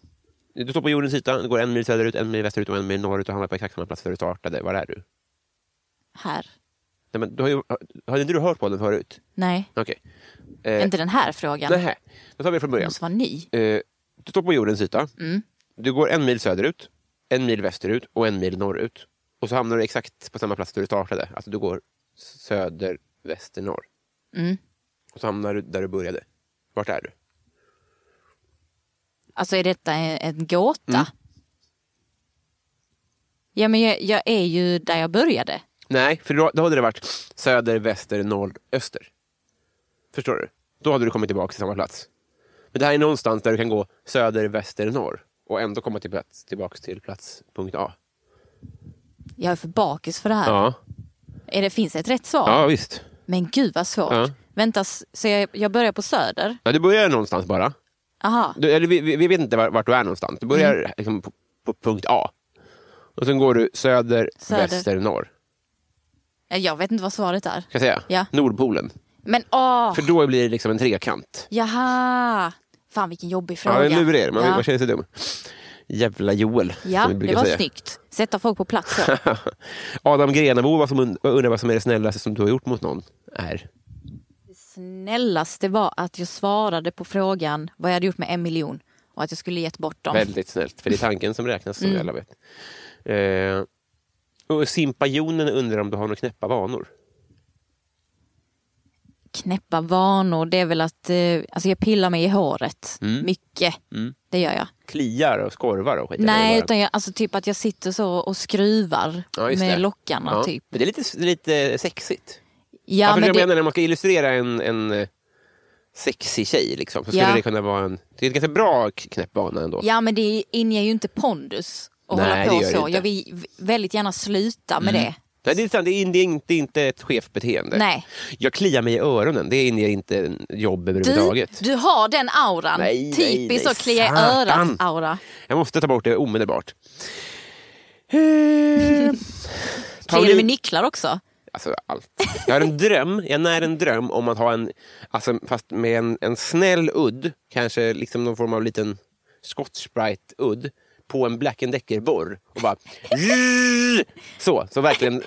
Du står på jordens yta, det går en mil söderut, en mil västerut och en mil norrut och hamnar på exakt samma plats där du startade. Var är du? här. Nej, men du har, ju, har inte du hört på den förut? Nej, Okej. Eh, inte den här frågan. Nähä. Då tar vi det från Den början. måste vara ny. Eh, du står på jordens yta. Mm. Du går en mil söderut, en mil västerut och en mil norrut. Och så hamnar du exakt på samma plats där du startade. Alltså du går söder, väster, norr. Mm. Och så hamnar du där du började. Vart är du? Alltså är detta en, en gåta? Ja, men jag, jag är ju där jag började. Nej, för då, då hade det varit söder, väster, norr, öster. Förstår du? Då hade du kommit tillbaka till samma plats. Men det här är någonstans där du kan gå söder, väster, norr och ändå komma till plats, tillbaka till plats punkt A. Jag är för bakis för det här. Ja, Är det, finns det ett rätt svar? ja visst. Men gud vad svårt. Ja. Vänta, s- så jag, jag börjar på Söder? Ja, du börjar någonstans bara. Aha. Du, eller vi, vi, vi vet inte var- vart du är någonstans. Du börjar Mm. liksom på, på punkt A. Och sen går du söder, Söder. väster, norr. Eh, Jag vet inte vad svaret är. Ska jag säga? Ja. Nordpolen. Men åh, För då blir det liksom en trekant. jaha! Fan vilken jobbig Ja, fråga. men lurig är det. Man, ja. man känner sig dum. Jävla Joel, Ja, som vi det brukar var säga. snyggt. Sätta folk på plats. så. <laughs> Adam Grenabo var som und- undrar vad som är det snällaste som du har gjort mot någon. Är. Snällaste var att jag svarade på frågan vad jag hade gjort med en miljon och att jag skulle gett bort dem. Väldigt snällt, för det är tanken som räknas som vi Mm. alla vet. Eh, och Simpajonen undrar om du har några knäppa vanor. Knäppa vanor, det är väl att eh, alltså jag pillar mig i håret. Mm. Mycket. Det gör jag. Kliar och skorvar och skit. Nej, eller bara- utan jag, alltså typ att jag sitter så och skruvar Ja, just med det. lockarna. Ja. Typ. Men det är lite, lite sexigt. Ja, Ja, för men jag det, menar, när man ska illustrera en, en eh, sexig tjej liksom, så skulle Ja. det kunna vara en... Det är en ganska bra k- knäpp vana ändå. Ja men det inger ju inte pondus att Nej, hålla det på gör det så. inte. Mm. Jag vill väldigt gärna sluta med det. Nej, det är sant. Det är, det är inte, det är inte ett chefbeteende. Nej. Jag kliar mig i öronen. Det inger inte jobb Du, överhuvudtaget. du har den auran. Nej, nej, Typiskt nej, att klia i satan. örat-aura. Jag måste ta bort det <laughs> omedelbart. Eh, Kliar du med Pauline- nycklar också? Alltså allt. Jag har en dröm, jag när en dröm om att ha en, alltså, fast med en, en snäll udd, kanske liksom någon form av liten Scotch-Sprite-udd, på en Black Decker-borr och bara <laughs> så, så verkligen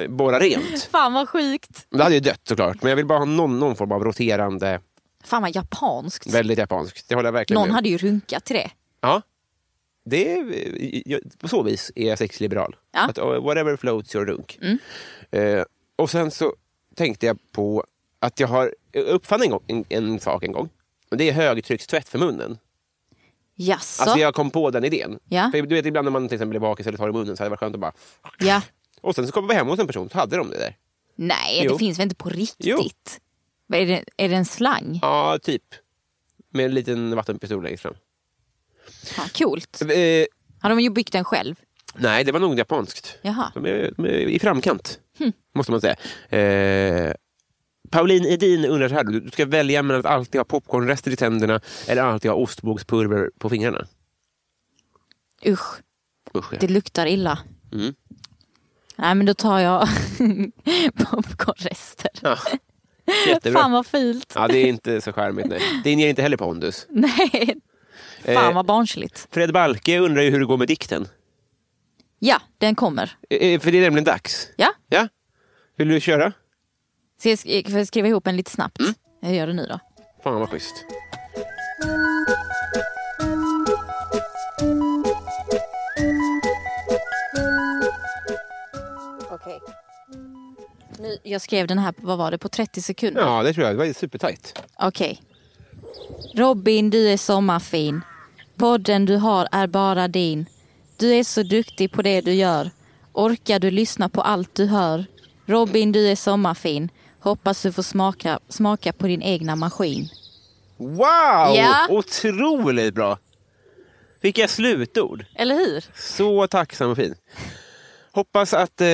eh, borra rent. Fan vad sjukt. Det hade ju dött såklart, men jag vill bara ha någon, någon form av roterande, Fan vad japanskt. väldigt japanskt. Det håller jag verkligen Någon med om. hade ju runkat till det. Ja. Det är, jag, på så vis är jag sexliberal. Ja. Mm. Att, uh, whatever floats your dunk. Eh, och sen så tänkte jag på att jag har jag uppfann en, gång, en, en sak en gång. Och det är högtryckstvätt för munnen. Jaså? Alltså jag kom på den idén. Ja. För du vet ibland när man till exempel blir bakis eller tar i munnen så hade det varit skönt att bara... Ja. Och sen så kom vi hem hos en person så hade de det där. Nej, Jo. det finns väl inte på Jo. riktigt? Vad Är, det, är det en slang? Ja, typ. Med en liten vattenpistol längst fram. Fan, coolt. Eh, Har de ju byggt den själv? nej, det var nog japanskt. Jaha. De är, de är i framkant, Hm. måste man säga. Eh, Pauline Edin undrar så här, du ska välja mellan att alltid ha popcornrester i tänderna eller alltid ha ostbågspulver på fingrarna. Usch, Usch, ja. <laughs> det luktar illa. Mm. Nej, men då tar jag <laughs> popcornrester. Ja. Jättebra. Fan vad fult. Ja, det är inte så charmigt. Nej. Det inger inte heller pondus. <laughs> Nej, <laughs> Eh. fan vad barnsligt. Fred Balke undrar ju hur det går med dikten. Ja, den kommer. Eh, för det är nämligen dags. Ja, Ja? Vill du köra? så jag sk- får jag skriva ihop en lite snabbt. Jag gör det nu då. Fan vad schysst. Okej. Nu, jag skrev den här, på- vad var det, på 30 sekunder? Ja, det tror jag. Det var supertajt. Okej. Robin, du är sommarfin. Podden du har är bara din. Du är så duktig på det du gör. Orkar du lyssna på allt du hör? Robin, du är sommarfin. Hoppas du får smaka, smaka på din egna maskin. Wow! Ja. Otroligt bra! Vilka slutord. Eller hur? Så tacksam och fin. Hoppas att... Eh,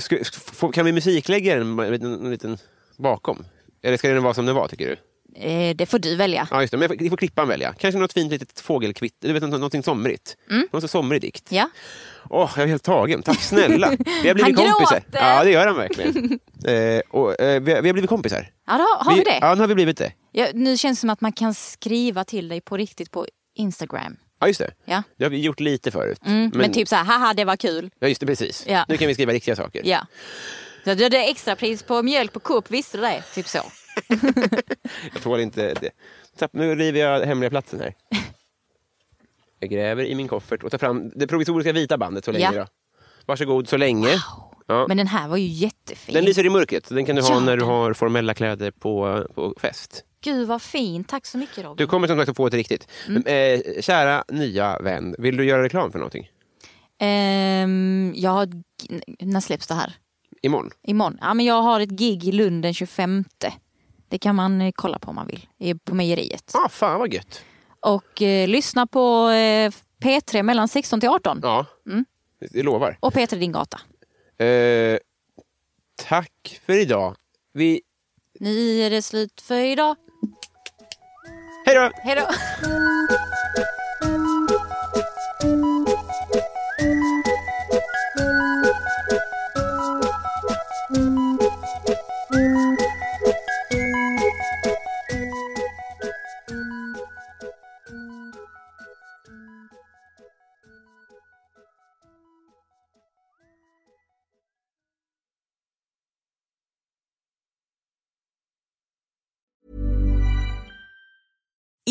ska, ska, få- kan vi musiklägga den en liten, en liten bakom? Eller ska den vara som den var, tycker du? Eh, det får du välja. Ja, just det. Men jag får- vi får klippan välja. Kanske något fint litet fågelkvitter. Du vet, något- någonting somrigt. Mm. Någon så somrig dikt. Ja. Åh, jag är helt tagen. Tack snälla. <laughs> Vi har blivit Han kompisar. gråter. Ja, det gör han <laughs> verkligen. eh, och, eh, vi, har, vi har blivit kompisar. ja då, har vi det? Ja, nu har vi blivit det. Ja, nu känns det som att man kan skriva till dig på riktigt på Instagram. Ja, just det. Ja. Det har vi gjort lite förut. Mm, men, typ så här, haha det var kul. Ja, just det. Precis. Ja. Nu kan vi skriva riktiga saker. Ja. Så Du hade extrapris på mjölk på Coop, visste du det? Typ så. Jag tål inte det. Tapp, nu river jag hemliga platsen <laughs> här. Jag gräver i min koffert och tar fram det provisoriska vita bandet så länge. Ja. Då. Varsågod så länge. Ja. Men den här var ju jättefin. Den lyser i mörkret, så den kan du ha Ja, när du den. har formella kläder på, på fest. Gud vad fin, tack så mycket Robin. Du kommer som sagt att få ett riktigt. Mm. Eh, kära nya vän, vill du göra reklam för någonting? Ehm, jag har, när släpps det här? Imorgon? Imorgon? Ja, men jag har ett gig i Lund den 25. Det kan man eh, kolla på om man vill, eh, på mejeriet. Ah, fan vad gött. Och eh, lyssna på eh, P3 mellan 16 till 18 Ja, Mm. det lovar. och P3 Din Gata. Eh, tack för idag. Vi... Nu är det slut för idag. Hej då! Hej då!